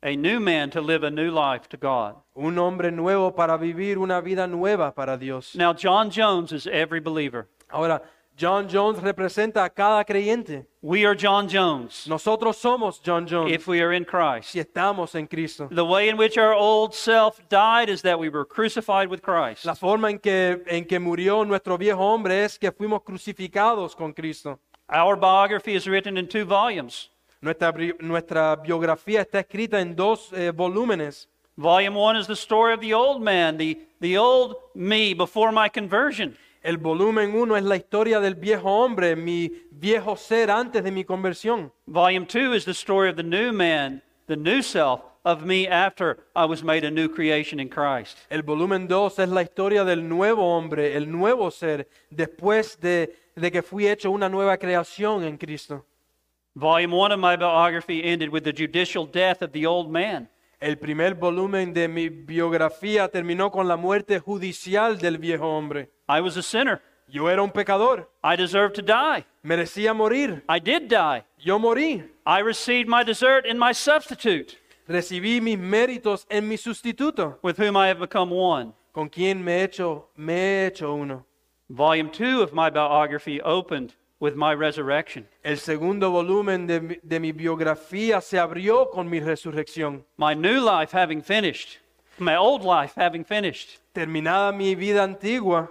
[SPEAKER 1] a new man to live a new life to God.
[SPEAKER 2] Un hombre nuevo para vivir una vida nueva para Dios.
[SPEAKER 1] Now, John Jones is every believer.
[SPEAKER 2] Ahora, John Jones representa a cada creyente.
[SPEAKER 1] We are John Jones
[SPEAKER 2] Nosotros somos John Jones
[SPEAKER 1] if we are in Christ.
[SPEAKER 2] si estamos en Cristo.
[SPEAKER 1] The way in which our old self died is that we were crucified with Christ.
[SPEAKER 2] La forma en que, en que murió nuestro viejo hombre es que fuimos crucificados con Cristo.
[SPEAKER 1] Our biography is written in two volumes.
[SPEAKER 2] Nuestra, bri- nuestra biografía está escrita en dos eh, volúmenes.
[SPEAKER 1] Volume one is the story of the old man, the, the old me before my conversion.
[SPEAKER 2] El volumen uno es la historia del viejo hombre, mi viejo ser antes de mi conversión.
[SPEAKER 1] Volume two is the story of the new man, the new self, of me after I was made a new creation in Christ.
[SPEAKER 2] El volumen dos es la historia del nuevo hombre, el nuevo ser, después de, de que fui hecho una nueva creación en Cristo.
[SPEAKER 1] Volume one of my biography ended with the judicial death of the old man.
[SPEAKER 2] El primer volumen de mi biografía terminó con la muerte judicial del viejo hombre.
[SPEAKER 1] I was a sinner.
[SPEAKER 2] Yo era un pecador.
[SPEAKER 1] I deserved to die.
[SPEAKER 2] Merecía morir.
[SPEAKER 1] I did die.
[SPEAKER 2] Yo morí.
[SPEAKER 1] I received my desert in my substitute,
[SPEAKER 2] Recibí mis méritos en mi sustituto,
[SPEAKER 1] with whom I have become one.
[SPEAKER 2] con quien me he hecho, me he hecho uno.
[SPEAKER 1] Volume two of my biography opened with my resurrection.
[SPEAKER 2] El segundo volumen de mi, de mi biografía se abrió con mi resurrección.
[SPEAKER 1] My new life having finished, my old life having finished,
[SPEAKER 2] Terminada mi vida antigua,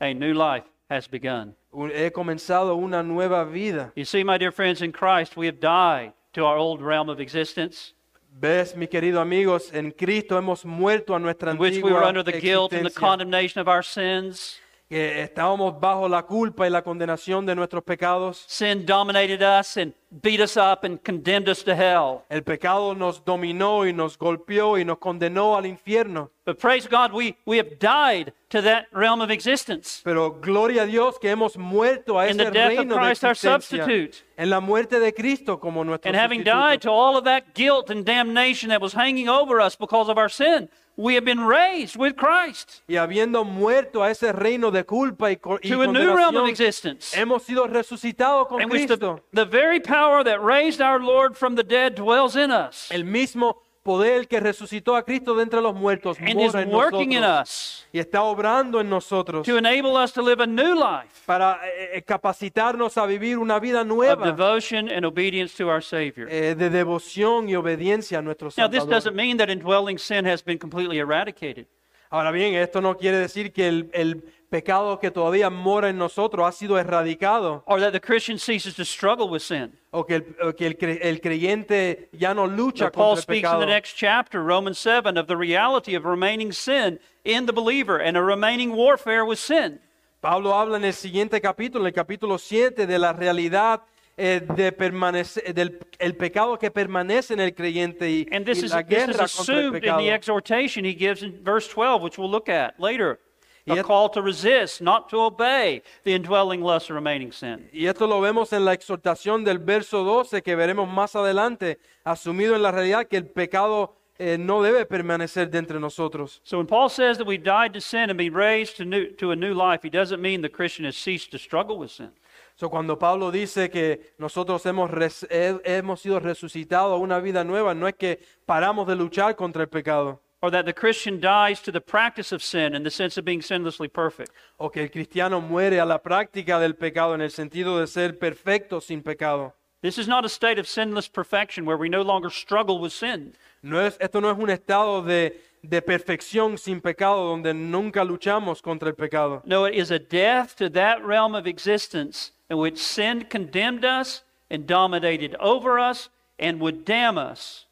[SPEAKER 1] a new life has begun.
[SPEAKER 2] un- he comenzado una nueva vida.
[SPEAKER 1] You see, my dear friends, in Christ we have died to our old realm of existence
[SPEAKER 2] Ves, mis queridos amigos, en Cristo hemos muerto a nuestra
[SPEAKER 1] in which we were
[SPEAKER 2] antigua
[SPEAKER 1] under the guilt and the
[SPEAKER 2] existencia,
[SPEAKER 1] condemnation of our sins.
[SPEAKER 2] que estábamos bajo la culpa y la condenación de nuestros pecados.
[SPEAKER 1] Sin dominated us and beat us up and condemned us to hell.
[SPEAKER 2] El pecado nos dominó y nos golpeó y nos condenó al infierno.
[SPEAKER 1] But praise God, we, we have died to that realm of existence.
[SPEAKER 2] Pero gloria a Dios que hemos muerto a
[SPEAKER 1] In the
[SPEAKER 2] ese
[SPEAKER 1] death of
[SPEAKER 2] reino de
[SPEAKER 1] Christ, our
[SPEAKER 2] existencia,
[SPEAKER 1] substitute.
[SPEAKER 2] en la muerte de Cristo como nuestro
[SPEAKER 1] And having
[SPEAKER 2] sustituto.
[SPEAKER 1] died to all of that guilt and damnation that was hanging over us because of our sin, we have been raised with Christ
[SPEAKER 2] y habiendo muerto a ese reino de culpa y, co- y
[SPEAKER 1] to a new realm of
[SPEAKER 2] condenación,
[SPEAKER 1] existence.
[SPEAKER 2] hemos sido resucitados con
[SPEAKER 1] In which the,
[SPEAKER 2] Cristo.
[SPEAKER 1] the very power that raised our Lord from the dead dwells in us
[SPEAKER 2] El mismo poder que resucitó a Cristo de entre los muertos
[SPEAKER 1] and is
[SPEAKER 2] mora en
[SPEAKER 1] working in
[SPEAKER 2] nosotros
[SPEAKER 1] us
[SPEAKER 2] y está obrando en nosotros
[SPEAKER 1] to enable us to live a new life
[SPEAKER 2] para eh, eh, capacitarnos a vivir una vida
[SPEAKER 1] of
[SPEAKER 2] nueva
[SPEAKER 1] devotion and obedience to our Savior.
[SPEAKER 2] eh, de devoción y obediencia a nuestro
[SPEAKER 1] Now, this
[SPEAKER 2] Salvador.
[SPEAKER 1] doesn't mean that indwelling sin has been completely eradicated.
[SPEAKER 2] Ahora bien, esto no quiere decir que el, el pecado que todavía mora en nosotros ha sido erradicado
[SPEAKER 1] or that the Christian ceases to struggle with sin.
[SPEAKER 2] o que el, o que el cre- el creyente ya no lucha
[SPEAKER 1] But Paul
[SPEAKER 2] contra el
[SPEAKER 1] speaks in
[SPEAKER 2] pecado.
[SPEAKER 1] the next chapter, Romans 7, of the reality of remaining sin in the believer and a remaining warfare with sin.
[SPEAKER 2] Pablo habla en el siguiente capítulo, en el capítulo 7, de la realidad eh, de permanece- del el pecado que permanece en el creyente y,
[SPEAKER 1] And this
[SPEAKER 2] y
[SPEAKER 1] is,
[SPEAKER 2] la
[SPEAKER 1] this is
[SPEAKER 2] guerra contra el
[SPEAKER 1] assumed in
[SPEAKER 2] pecado.
[SPEAKER 1] the exhortation he gives in verse 12, which we'll look at later.
[SPEAKER 2] Y
[SPEAKER 1] A
[SPEAKER 2] es-
[SPEAKER 1] call to resist, not to obey the indwelling lust of remaining sin.
[SPEAKER 2] Y esto lo vemos en la exhortación del verso 12 que veremos más adelante, asumido en la realidad que el pecado eh, no debe permanecer de entre nosotros.
[SPEAKER 1] So when Paul says that we died to sin and be raised to, new, to a new life, he doesn't mean the Christian has ceased to struggle with sin.
[SPEAKER 2] So, cuando Pablo dice que nosotros hemos, res- he- hemos sido resucitados a una vida nueva, no es que paramos de luchar contra el pecado
[SPEAKER 1] Or that the Christian dies to the practice of sin in the sense of being sinlessly perfect.
[SPEAKER 2] o que el cristiano muere a la práctica del pecado en el sentido de ser perfecto sin pecado.
[SPEAKER 1] This is not a state of sinless perfection where we no longer struggle with sin.
[SPEAKER 2] No es, esto no es un estado de, de perfección sin pecado donde nunca luchamos contra el pecado.
[SPEAKER 1] No, it is a death to that realm of existence in which sin condemned us and dominated over us and would damn us.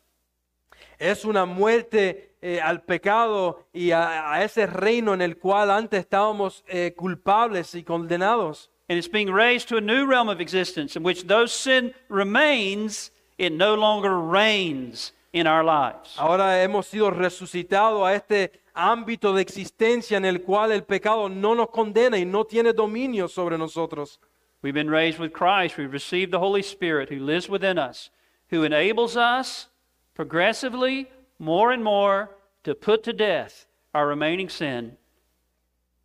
[SPEAKER 2] Es una muerte eh, al pecado y a, a ese reino en el cual antes estábamos eh, culpables y condenados.
[SPEAKER 1] And it's being raised to a new realm of existence in which though sin remains, it no longer reigns in our lives.
[SPEAKER 2] Ahora hemos sido resucitados a este ámbito de existencia en el cual el pecado no nos condena y no tiene dominio sobre nosotros.
[SPEAKER 1] We've been raised with Christ. We've received the Holy Spirit who lives within us, who enables us progressively, more and more, to put to death our remaining sin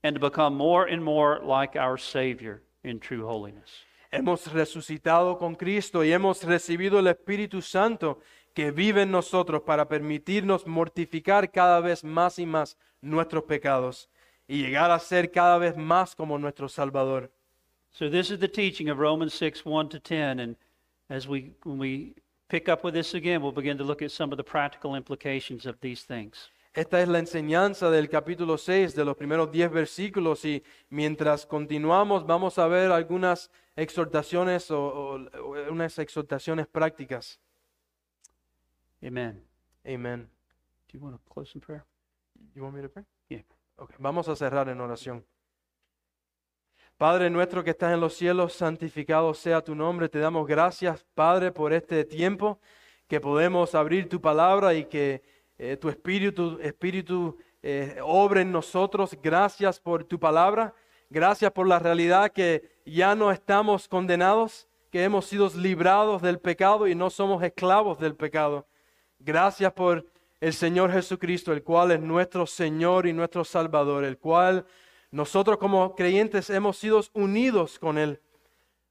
[SPEAKER 1] and to become more and more like our Savior in true holiness.
[SPEAKER 2] Hemos resucitado con Cristo y hemos recibido el Espíritu Santo que vive en nosotros para permitirnos mortificar cada vez más y más nuestros pecados y llegar a ser cada vez más como nuestro Salvador.
[SPEAKER 1] So, this is the teaching of Romans 6 1 to 10. And as we, when we pick up with this again, we'll begin to look at some of the practical implications of these things.
[SPEAKER 2] Esta es la enseñanza del capítulo 6, de los primeros 10 versículos, y mientras continuamos vamos a ver algunas exhortaciones o, o- o unas exhortaciones prácticas.
[SPEAKER 1] Amen.
[SPEAKER 2] Amen.
[SPEAKER 1] Do you want to close in prayer?
[SPEAKER 2] You want me to pray?
[SPEAKER 1] Yeah.
[SPEAKER 2] Okay, Vamos a cerrar en oración. Padre nuestro que estás en los cielos, santificado sea tu nombre. Te damos gracias, Padre, por este tiempo que podemos abrir tu palabra y que eh, tu espíritu, espíritu eh, obre en nosotros. Gracias por tu palabra. Gracias por la realidad que ya no estamos condenados, que hemos sido librados del pecado y no somos esclavos del pecado. Gracias por el Señor Jesucristo, el cual es nuestro Señor y nuestro Salvador, el cual nosotros como creyentes hemos sido unidos con Él.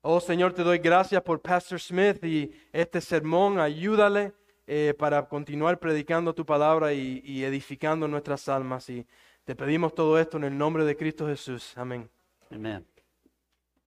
[SPEAKER 2] Oh Señor, te doy gracias por Pastor Smith y este sermón. Ayúdale eh, para continuar predicando tu palabra y, y edificando nuestras almas. Y te pedimos todo esto en el nombre de Cristo Jesús. Amén.
[SPEAKER 1] Amen.